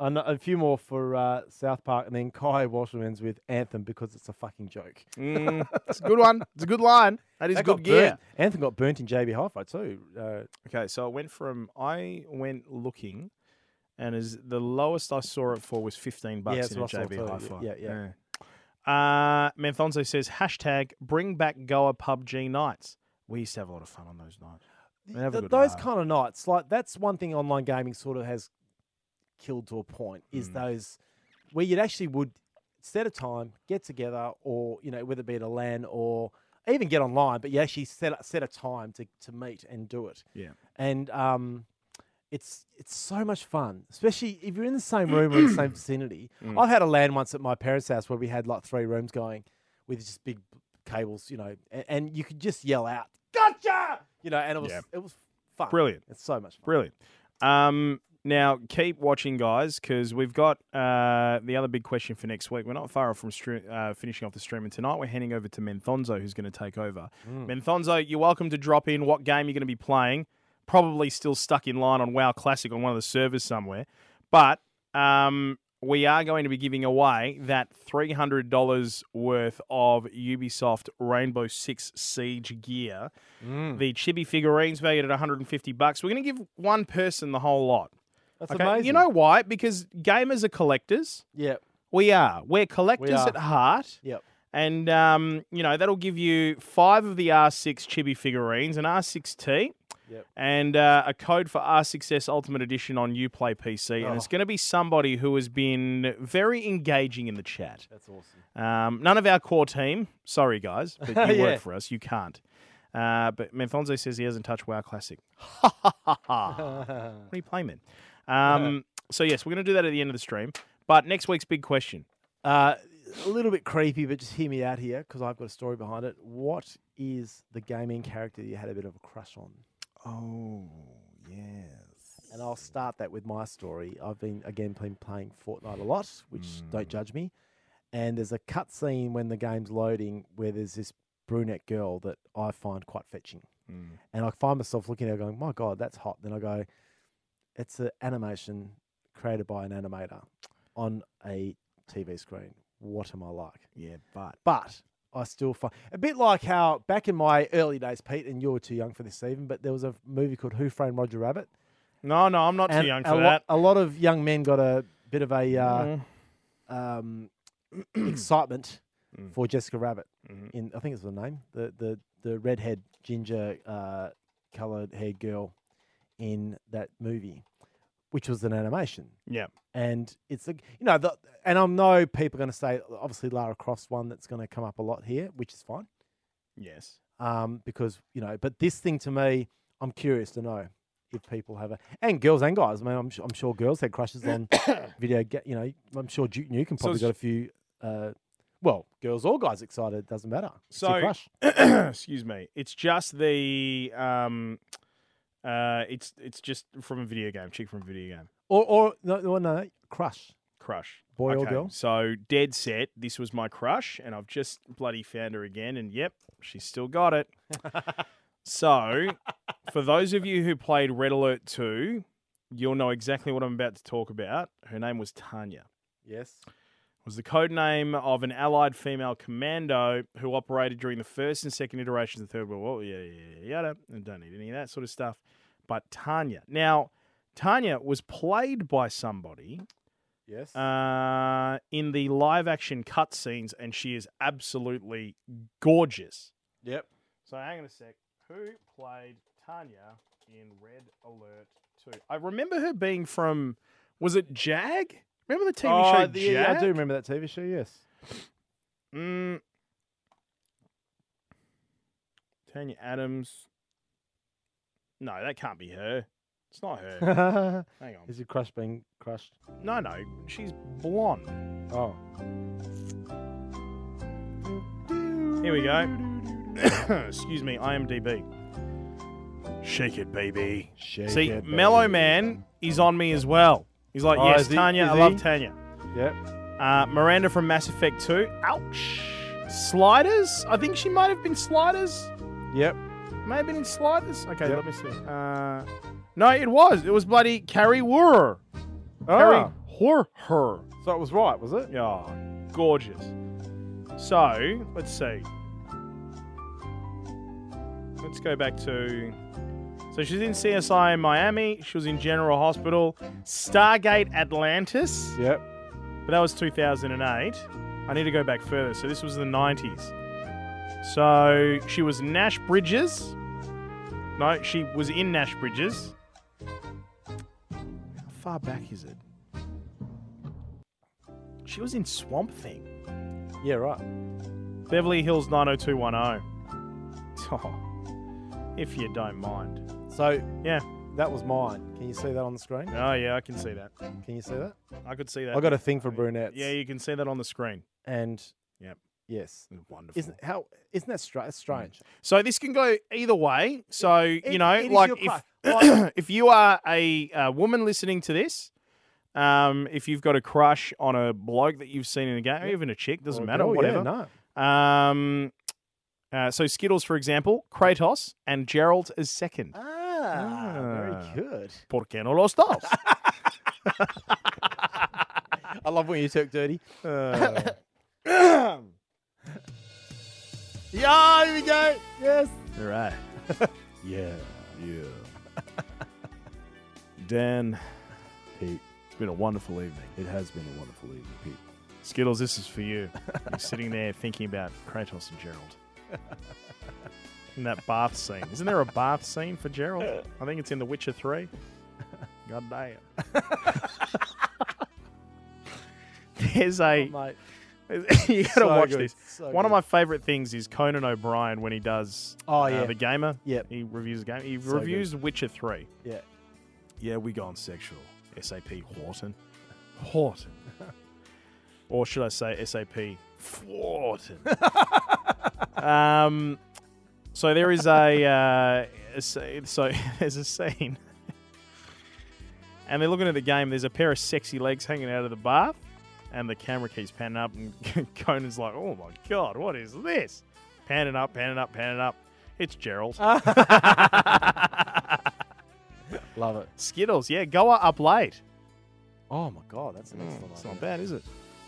Speaker 2: an- a few more for uh, South Park, and then Kai Washerman's with Anthem because it's a fucking joke.
Speaker 1: Mm, it's a good one. It's a good line. That is
Speaker 2: That
Speaker 1: good
Speaker 2: got
Speaker 1: gear.
Speaker 2: burnt. Anthem got burnt in JB Hi-Fi too. Uh,
Speaker 1: Okay, so I went from I went looking, and as the lowest I saw it for was fifteen
Speaker 2: Yeah,
Speaker 1: bucks
Speaker 2: that's
Speaker 1: in a
Speaker 2: what I saw
Speaker 1: JB
Speaker 2: too.
Speaker 1: Hi-Fi.
Speaker 2: Yeah, yeah.
Speaker 1: Uh, Manthonzo says hashtag Bring Back Goa PUBG nights. We used to have a lot of fun on those nights. We'd have a
Speaker 2: th-
Speaker 1: good
Speaker 2: those
Speaker 1: laugh.
Speaker 2: kind of nights, like that's one thing online gaming sort of has killed to a point is
Speaker 1: Mm.
Speaker 2: those where you'd actually would set a time, get together, or you know whether it be at a LAN or even get online, but you actually set a- set a time to to meet and do it.
Speaker 1: Yeah.
Speaker 2: and um, it's it's so much fun, especially if you're in
Speaker 1: *clears throat*
Speaker 2: the same room or in the same vicinity.
Speaker 1: Mm.
Speaker 2: I've had a LAN once at my parents' house where we had like three rooms going with just big b- cables, you know, and, and you could just yell out, "Gotcha!" You know, and it was
Speaker 1: Yeah.
Speaker 2: it was fun.
Speaker 1: Brilliant.
Speaker 2: It's so much fun.
Speaker 1: Brilliant. Um, now keep watching, guys, because we've got uh, the other big question for next week. We're not far off from stre- uh, finishing off the stream, and tonight we're handing over to Menthonzo, who's going to take over. Menthonzo, you're welcome to drop in. What game you're going to be playing? Probably still stuck in line on WoW Classic on one of the servers somewhere, but um, we are going to be giving away that three hundred dollars worth of Ubisoft Rainbow Six Siege gear the chibi figurines valued at 150 bucks. We're going to give one person the whole lot.
Speaker 2: That's amazing.
Speaker 1: You know why? Because gamers are collectors.
Speaker 2: Yeah.
Speaker 1: We are. We're collectors
Speaker 2: are.
Speaker 1: at heart.
Speaker 2: Yep.
Speaker 1: And, um, you know, that'll give you five of the R6 chibi figurines, an R6T,
Speaker 2: Yep.
Speaker 1: and uh, a code for R6S Ultimate Edition on Uplay PC.
Speaker 2: Oh.
Speaker 1: And it's going to be somebody who has been very engaging in the chat.
Speaker 2: That's awesome.
Speaker 1: Um, none of our core team. Sorry, guys, but you
Speaker 2: Yeah.
Speaker 1: work for us. You can't. Uh, but Manfonzo says he hasn't touched WoW Classic. *laughs* What are you playing, man? Um, so, yes, we're going to do that at the end of the stream. But next week's big question.
Speaker 2: Uh, a little bit creepy, but just hear me out here because I've got a story behind it. What is the gaming character you had a bit of a crush on?
Speaker 1: Oh, yes.
Speaker 2: And I'll start that with my story. I've been again been playing Fortnite a lot, which don't judge me. And there's a cutscene when the game's loading where there's this brunette girl that I find quite fetching.
Speaker 1: Mm.
Speaker 2: And I find myself looking at her going, My God, that's hot. Then I go, It's an animation created by an animator on a TV screen. What am I like?
Speaker 1: Yeah, but.
Speaker 2: But I still find a bit like how back in my early days, Pete, and you were too young for this even, but there was a movie called Who Framed Roger Rabbit.
Speaker 1: No, no, I'm not
Speaker 2: And
Speaker 1: too young
Speaker 2: a
Speaker 1: for
Speaker 2: lot-
Speaker 1: that.
Speaker 2: A lot of young men got a bit of a uh,
Speaker 1: Mm-hmm.
Speaker 2: um, *clears throat* excitement
Speaker 1: Mm.
Speaker 2: for Jessica Rabbit.
Speaker 1: Mm-hmm.
Speaker 2: In I think it's the name, the the the redhead ginger uh, coloured haired girl in that movie, which was an animation.
Speaker 1: Yeah.
Speaker 2: And it's like you know, the, and I know people are going to say obviously Lara Croft's one that's going to come up a lot here, which is fine
Speaker 1: Yes.
Speaker 2: um, because you know. But this thing to me, I'm curious to know if people have a and girls and guys. I mean, I'm, su- I'm sure girls had crushes *coughs* on video. Ga- you know, I'm sure Duke Nukem probably
Speaker 1: it's-
Speaker 2: got a few. Uh, well, girls or guys excited doesn't matter. It's your
Speaker 1: So,
Speaker 2: crush.
Speaker 1: *clears throat* excuse me. It's just the. Um, uh, it's it's just from a video game, chick from a video game.
Speaker 2: or or no no, no crush.
Speaker 1: Crush.
Speaker 2: Boy or girl?
Speaker 1: So dead set. This was my crush, and I've just bloody found her again, and yep, she's still got it. so, for those of you who played Red Alert 2, you'll know exactly what I'm about to talk about. Her name was Tanya.
Speaker 2: Yes.
Speaker 1: Was the code name of an allied female commando who operated during the first and second iterations of the Third World War. Yeah, yeah, yeah, yada. And don't need any of that sort of stuff. But Tanya. Now, Tanya was played by somebody
Speaker 2: Yes.
Speaker 1: uh, in the live action cutscenes, and she is absolutely gorgeous.
Speaker 2: yep.
Speaker 1: So hang on a sec. Who played Tanya in Red Alert 2? I remember her being from, was it Jag? Remember the TV show Jag?
Speaker 2: Oh, yeah, I do remember that TV show. Yes.
Speaker 1: Mm. Tanya Adams. No, that can't be her. It's not
Speaker 2: *laughs*
Speaker 1: her. Hang on.
Speaker 2: *laughs* is your crush being crushed?
Speaker 1: No, no, she's blonde.
Speaker 2: Oh.
Speaker 1: Here we go. *coughs* Excuse me, IMDb. Shake it, baby.
Speaker 2: Shake
Speaker 1: See,
Speaker 2: it,
Speaker 1: Mellow
Speaker 2: baby.
Speaker 1: Man is on me as well. He's like,
Speaker 2: Oh,
Speaker 1: yes,
Speaker 2: is he-
Speaker 1: Tanya,
Speaker 2: is
Speaker 1: I love
Speaker 2: he?
Speaker 1: Tanya.
Speaker 2: Yep.
Speaker 1: Uh, Miranda from Mass Effect 2. Ouch. Sliders? I think she might have been Sliders.
Speaker 2: Yep. Ah.
Speaker 1: Maybe in sliders? Okay, let me see. Uh, no, it was. It was bloody Carrie Wurr. Carrie
Speaker 2: Ah.
Speaker 1: Wurr. Her.
Speaker 2: So it was right, was it?
Speaker 1: Yeah, gorgeous. So, let's see. Let's go back to. So she's in CSI Miami. She was in General Hospital, Stargate Atlantis.
Speaker 2: Yep.
Speaker 1: But that was 2008. I need to go back further. So this was the 90s. So she was Nash Bridges. No, she was in Nash Bridges. How far back is it? She was in Swamp Thing.
Speaker 2: Yeah, right.
Speaker 1: Beverly Hills 90210. Oh, if you don't mind.
Speaker 2: So
Speaker 1: yeah,
Speaker 2: that was mine. Can you see that on the screen?
Speaker 1: Oh, yeah, I can see that.
Speaker 2: Can you see that?
Speaker 1: I could see that.
Speaker 2: I got a thing for brunettes.
Speaker 1: Yeah, you can see that on the screen.
Speaker 2: And
Speaker 1: Yep.
Speaker 2: yes,
Speaker 1: Wonderful.
Speaker 2: isn't how isn't that stra- strange?
Speaker 1: So this can go either way. So Mm. you
Speaker 2: it-
Speaker 1: know,
Speaker 2: it is
Speaker 1: like
Speaker 2: your
Speaker 1: if
Speaker 2: crush.
Speaker 1: *clears throat* if you are a, uh woman listening to this, um, if you've got a crush on a bloke that you've seen in a game, even a chick, doesn't
Speaker 2: Or a
Speaker 1: matter,
Speaker 2: girl, Oh, yeah,
Speaker 1: whatever. Um, uh, so Skittles, for example, Kratos and Gerald is second.
Speaker 2: Ah,
Speaker 1: Ah.
Speaker 2: very good.
Speaker 1: Por qué no los dos?
Speaker 2: I love when you
Speaker 1: *laughs*
Speaker 2: talk dirty.
Speaker 1: Uh.
Speaker 2: *coughs* yeah, here we go. Yes.
Speaker 1: All right. *laughs* yeah. Yeah. Dan, Pete, it's been a wonderful evening. It has been a wonderful evening, Pete. Skittles, this is for you. You're sitting there thinking about Kratos and *laughs* Gerald. In that bath scene. Isn't there a bath scene for Gerald? I think it's in The Witcher 3. God damn. *laughs* There's a.
Speaker 2: mate.
Speaker 1: *laughs* you gotta
Speaker 2: So
Speaker 1: watch
Speaker 2: good,
Speaker 1: this.
Speaker 2: so
Speaker 1: One of
Speaker 2: good.
Speaker 1: my favorite things is Conan O'Brien when he does
Speaker 2: Oh,
Speaker 1: uh,
Speaker 2: yeah.
Speaker 1: The Gamer.
Speaker 2: Yep.
Speaker 1: He reviews the game. He
Speaker 2: So
Speaker 1: reviews Witcher 3.
Speaker 2: Yeah.
Speaker 1: Yeah, we gone sexual. SAP Horton. Horton. *laughs* or should I say SAP Thwarton? um, so there is a, uh, a sc- so *laughs* there's a scene, and they're looking at the game. There's a pair of sexy legs hanging out of the bath, and the camera keeps panning up, and *laughs* Conan's like, "Oh my god, what is this?" Panning up, panning up, panning up. It's Gerald.
Speaker 2: Love it.
Speaker 1: Skittles, yeah, Goa up late.
Speaker 2: Oh my god, that's an excellent
Speaker 1: Mm. It's
Speaker 2: idea.
Speaker 1: not bad, is it?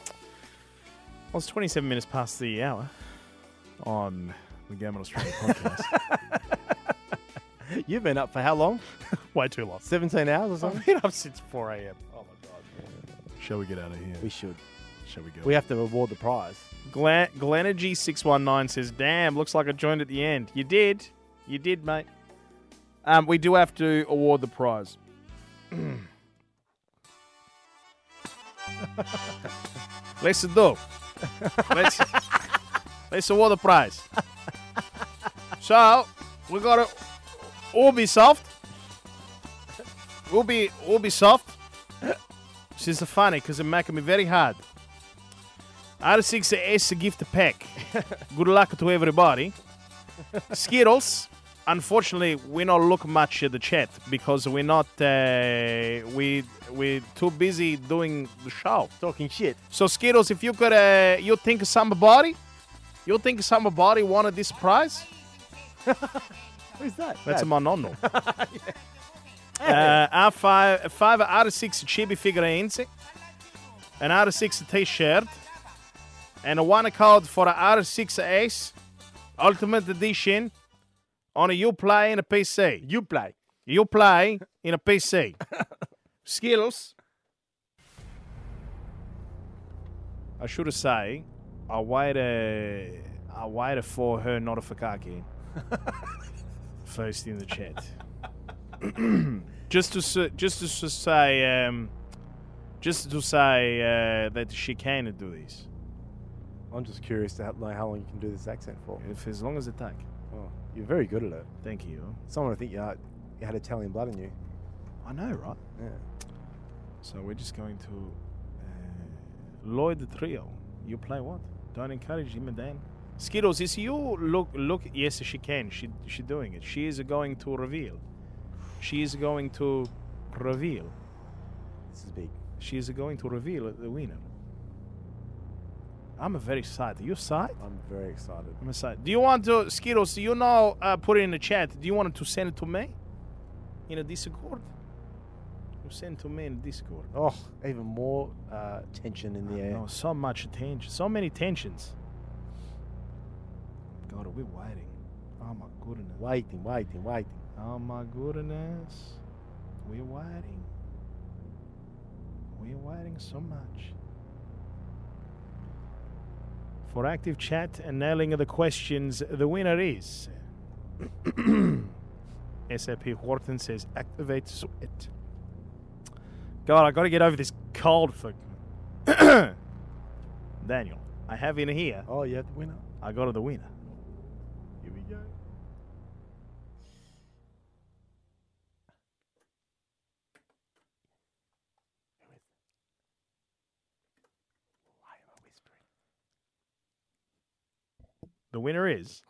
Speaker 1: I was 27 minutes past the hour on the Gammon *laughs* Australia podcast.
Speaker 2: You've been up for how long?
Speaker 1: Way too long.
Speaker 2: 17 hours or something?
Speaker 1: I've been up since 4 a.m. Oh my god. Shall we get out of here?
Speaker 2: We should.
Speaker 1: Shall we go?
Speaker 2: We have to award the prize.
Speaker 1: Glen- Glenergy619 says, Damn, looks like I joined at the end. You did. You did, mate. Um, we do have to award the prize. let's do. Let's, let's award the prize. So, we got to Ubisoft. Ubi, Ubisoft. This is funny because it's making me very hard. R6S gift pack. Good luck to everybody. Skittles. Unfortunately, we not look much at the chat because we're not uh, we we too busy doing the show.
Speaker 2: Talking shit.
Speaker 1: So Skittles, if you could, uh, you think somebody, you think somebody wanted this prize?
Speaker 2: Who's that?
Speaker 1: That's
Speaker 2: Dad?
Speaker 1: a mononno. uh, R5, five R6 chibi figurines, an R6 t-shirt, and a one card for a R6S Ultimate Edition on a Uplay in a PC.
Speaker 2: You play.
Speaker 1: Uplay in a PC. Skills. I should have say, I waited, I waited for her not a fakaki first in the chat. *clears throat* just to s- just to s- say, um, just to say uh, that she can do this
Speaker 2: I'm just curious to ha- know how long you can do this accent for.
Speaker 1: if as long as it take.
Speaker 2: Oh, you're very good at it.
Speaker 1: Thank you.
Speaker 2: Someone would think you, had- you had Italian blood in you.
Speaker 1: I know, right?
Speaker 2: Yeah.
Speaker 1: So we're just going to uh, Lloyd Trio. You play what? Don't encourage him, Dan. Skittles, is you look look? Yes, she can. She she doing it. She is going to reveal. She is going to reveal.
Speaker 2: This is big.
Speaker 1: She is going to reveal the winner. I'm very excited. You excited?
Speaker 2: I'm very excited.
Speaker 1: I'm excited. Do you want to, Skittles, do you know, uh, put it in the chat. Do you want to send it to me? In a Discord? You send to me in Discord.
Speaker 2: Oh, even more uh, tension in the air.
Speaker 1: No, so much tension. So many tensions. God, are we waiting? Oh my goodness.
Speaker 2: Waiting, waiting, waiting.
Speaker 1: Oh my goodness. We're waiting. We're waiting so much. For active chat and nailing of the questions, the winner is. *coughs* SAP Wharton says activate sweat. God, I gotta get over this cold for. *coughs* Daniel, I have in here.
Speaker 2: Oh, you have the *laughs* winner.
Speaker 1: I got to the winner.
Speaker 2: Here we go.
Speaker 1: The winner is.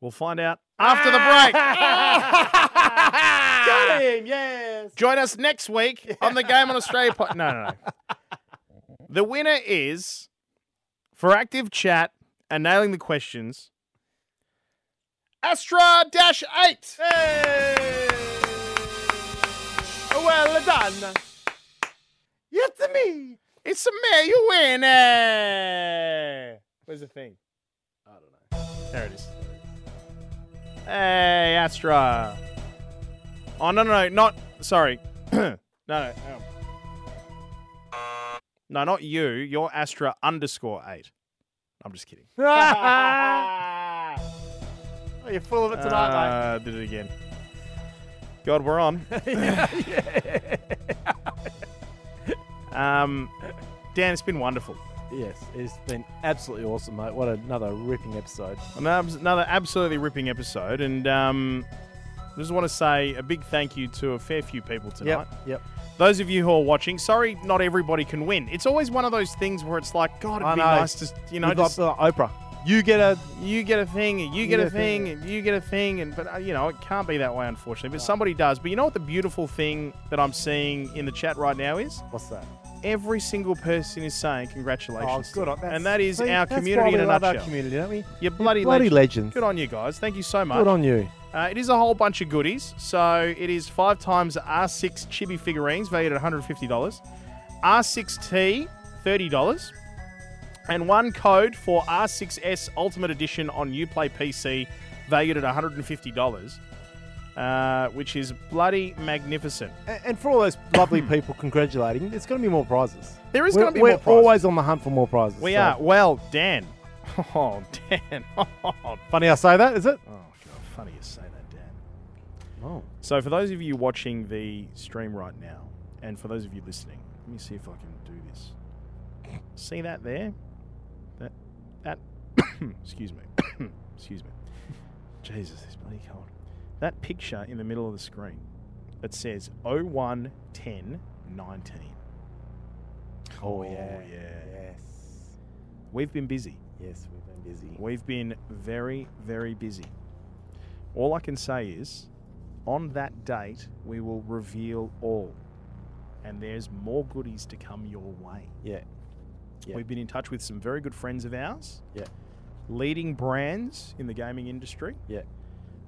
Speaker 1: We'll find out
Speaker 2: Ah!
Speaker 1: after the break.
Speaker 2: *laughs*
Speaker 1: *laughs*
Speaker 2: Got him, yes.
Speaker 1: Join us next week on the Game on Australia pod. No, no, no.
Speaker 2: *laughs*
Speaker 1: The winner is for active chat and nailing the questions. Astra Dash Eight.
Speaker 2: Well done. It's a me.
Speaker 1: It's a me. You win. eh? Where's the thing?
Speaker 2: I don't know.
Speaker 1: There it is. Hey, Astra. Oh, no, no, no, not. Sorry. *clears throat* no, no, hang on. No, not you. You're Astra underscore eight. I'm just kidding.
Speaker 2: oh, you're full of it tonight,
Speaker 1: uh, Did it again. God, we're *laughs* on.
Speaker 2: mate.
Speaker 1: Um, Dan, it's been wonderful.
Speaker 2: *laughs* yes, it's been absolutely awesome, mate. What another ripping episode.
Speaker 1: An abs- Another absolutely ripping episode, and um, I just want to say a big thank you to a fair few people tonight.
Speaker 2: Yep, yep.
Speaker 1: Those of you who are watching, sorry, not everybody can win. It's always one of those things where it's like, God, it'd
Speaker 2: I
Speaker 1: be
Speaker 2: know.
Speaker 1: nice to, you know,
Speaker 2: We've got
Speaker 1: just,
Speaker 2: the Oprah. You get a
Speaker 1: you get a thing, and you get a thing, and you get a thing, and but uh, you know, it can't be that way, unfortunately. But somebody does. But you know what the beautiful thing that I'm seeing in the chat right now is
Speaker 2: what's that?
Speaker 1: every single person is saying
Speaker 2: Oh,
Speaker 1: congratulations, to
Speaker 2: good.
Speaker 1: them.
Speaker 2: on- that's-
Speaker 1: and that is
Speaker 2: see,
Speaker 1: our
Speaker 2: that's why
Speaker 1: community
Speaker 2: we
Speaker 1: in a
Speaker 2: love our
Speaker 1: nutshell.
Speaker 2: community, don't we?
Speaker 1: You bloody,
Speaker 2: Bloody
Speaker 1: legend.
Speaker 2: legends.
Speaker 1: Good on you guys. Thank you so much.
Speaker 2: Good on you.
Speaker 1: Uh, it is a whole bunch of goodies. So it is five times R6 chibi figurines valued at $150, R6T, $30, and one code for R6S Ultimate Edition on Uplay PC valued at $150, uh, which is bloody magnificent.
Speaker 2: And, and for all those lovely people congratulating, it's going to be more prizes.
Speaker 1: There is
Speaker 2: We're-
Speaker 1: going to be
Speaker 2: we're
Speaker 1: more prizes.
Speaker 2: always on the hunt for more prizes.
Speaker 1: we
Speaker 2: so-
Speaker 1: are. Well, Dan. *laughs* Oh, Dan. *laughs* Oh,
Speaker 2: Funny I say that, is it?
Speaker 1: God. Funny you say that, Dan.
Speaker 2: Oh.
Speaker 1: So, for those of you watching the stream right now, and for those of you listening, let me see if I can do this. See that there? That, that, *coughs* excuse me, *coughs* excuse me. Jesus, it's bloody cold. That picture in the middle of the screen that says 01 10 19.
Speaker 2: Oh,
Speaker 1: yeah.
Speaker 2: yeah.
Speaker 1: Yes.
Speaker 2: Yes.
Speaker 1: We've been busy.
Speaker 2: Yes, we've been busy.
Speaker 1: We've been very, very busy. All I can say is, on that date, we will reveal all. And there's more goodies to come your way.
Speaker 2: Yeah. Yeah.
Speaker 1: We've been in touch with some very good friends of ours.
Speaker 2: Yeah.
Speaker 1: Leading brands in the gaming industry.
Speaker 2: Yeah.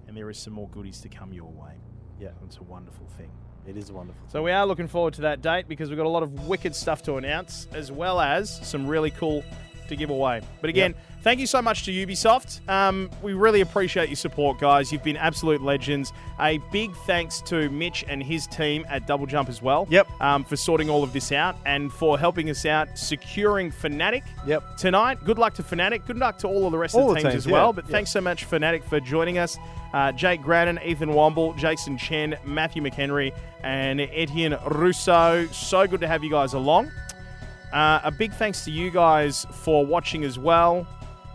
Speaker 1: And there is some more goodies to come your way.
Speaker 2: Yeah.
Speaker 1: It's a wonderful thing.
Speaker 2: It is wonderful.
Speaker 1: So we are looking forward to that date because we've got a lot of wicked stuff to announce, as well as some really cool to give away. But again, thank you so much to Ubisoft. Um, we really appreciate your support, guys. You've been absolute legends. A big thanks to Mitch and his team at Double Jump as well.
Speaker 2: Yep.
Speaker 1: Um, for sorting all of this out and for helping us out securing Fnatic
Speaker 2: Yep.
Speaker 1: tonight. Good luck to Fnatic. Good luck to all of the rest of
Speaker 2: All
Speaker 1: the
Speaker 2: the
Speaker 1: teams,
Speaker 2: teams,
Speaker 1: as well.
Speaker 2: yeah,
Speaker 1: But
Speaker 2: yeah.
Speaker 1: thanks so much, Fnatic, for joining us. Uh, Jake Grannon, Ethan Womble, Jason Chen, Matthew McHenry, and Etienne Russo. So good to have you guys along. Uh, a big thanks to you guys for watching as well.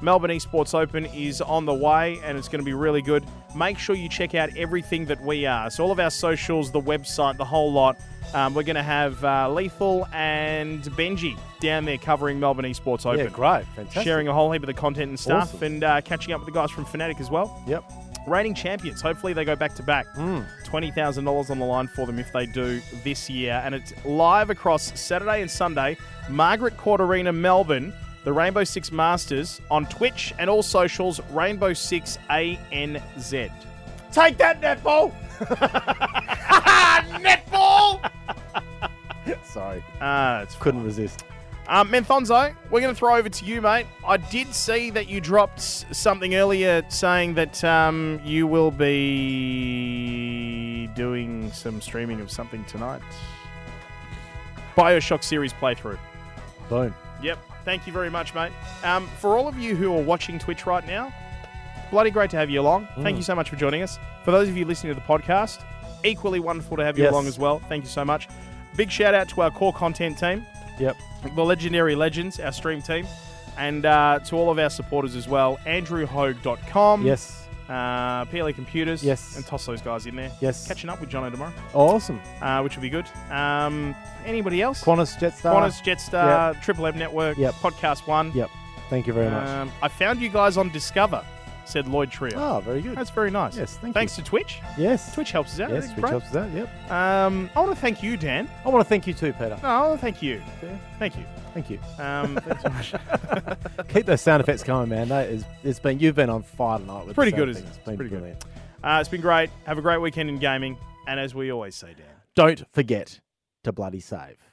Speaker 1: Melbourne Esports Open is on the way and it's going to be really good. Make sure you check out everything that we are. So, all of our socials, the website, the whole lot. Um, we're going to have uh, Lethal and Benji down there covering Melbourne Esports Open
Speaker 2: Yeah, great. Fantastic.
Speaker 1: sharing a whole heap of the content and stuff
Speaker 2: Awesome.
Speaker 1: and uh, catching up with the guys from Fnatic as well.
Speaker 2: Yep. Hmm.
Speaker 1: reigning champions. Hopefully they go back to back. $20,000 on the line for them if they do this year. And it's live across Saturday and Sunday. Margaret Court Arena, Melbourne, the Rainbow Six Masters on Twitch and all socials, Rainbow Six ANZ.
Speaker 2: Take that, netball! *laughs* netball! Sorry.
Speaker 1: Ah, it's
Speaker 2: Couldn't resist.
Speaker 1: Um, Menthonzo, we're going to throw over to you, mate. I did see that you dropped s- something earlier saying that um, you will be doing some streaming of something tonight. Bioshock series playthrough.
Speaker 2: Boom.
Speaker 1: Yep. Thank you very much, mate. Um, for all of you who are watching Twitch right now, bloody great to have you along. Thank
Speaker 2: Mm.
Speaker 1: you so much for joining us. For those of you listening to the podcast, equally wonderful to have you
Speaker 2: Yes.
Speaker 1: along as well. Thank you so much. Big shout out to our core content team
Speaker 2: Yep.
Speaker 1: the legendary legends, our stream team, and uh, to all of our supporters as well. AndrewHogue.com.
Speaker 2: Yes.
Speaker 1: Uh, PLE Computers.
Speaker 2: Yes.
Speaker 1: And toss those guys in there.
Speaker 2: Yes.
Speaker 1: Catching up with Jono tomorrow,
Speaker 2: Awesome.
Speaker 1: uh, which will be good. Um, anybody else?
Speaker 2: Qantas, Jetstar.
Speaker 1: Qantas, Jetstar, Triple M Network,
Speaker 2: Yep.
Speaker 1: Podcast One.
Speaker 2: Yep. Thank you very much.
Speaker 1: Um, I found you guys on Discover, said Lloyd Trio.
Speaker 2: Oh, very good.
Speaker 1: That's very nice.
Speaker 2: Yes, thank
Speaker 1: Thanks to Twitch.
Speaker 2: Yes.
Speaker 1: Twitch helps us out.
Speaker 2: yes,
Speaker 1: It's
Speaker 2: which
Speaker 1: great.
Speaker 2: helps that. Yep.
Speaker 1: Um, I want to thank you, Dan.
Speaker 2: I want to thank you too, Peter.
Speaker 1: No, thank you.
Speaker 2: Yeah.
Speaker 1: Thank you.
Speaker 2: Thank you. *laughs*
Speaker 1: Um, thanks so much.
Speaker 2: Keep those sound effects coming, man. That is, it's been you've been on fire tonight. With
Speaker 1: Pretty
Speaker 2: the
Speaker 1: good, isn't
Speaker 2: sound
Speaker 1: it?
Speaker 2: effects. It's been
Speaker 1: Pretty good.
Speaker 2: brilliant.
Speaker 1: Uh, it's been great. Have a great weekend in gaming. And as we always say, Dan.
Speaker 2: Don't forget to bloody save.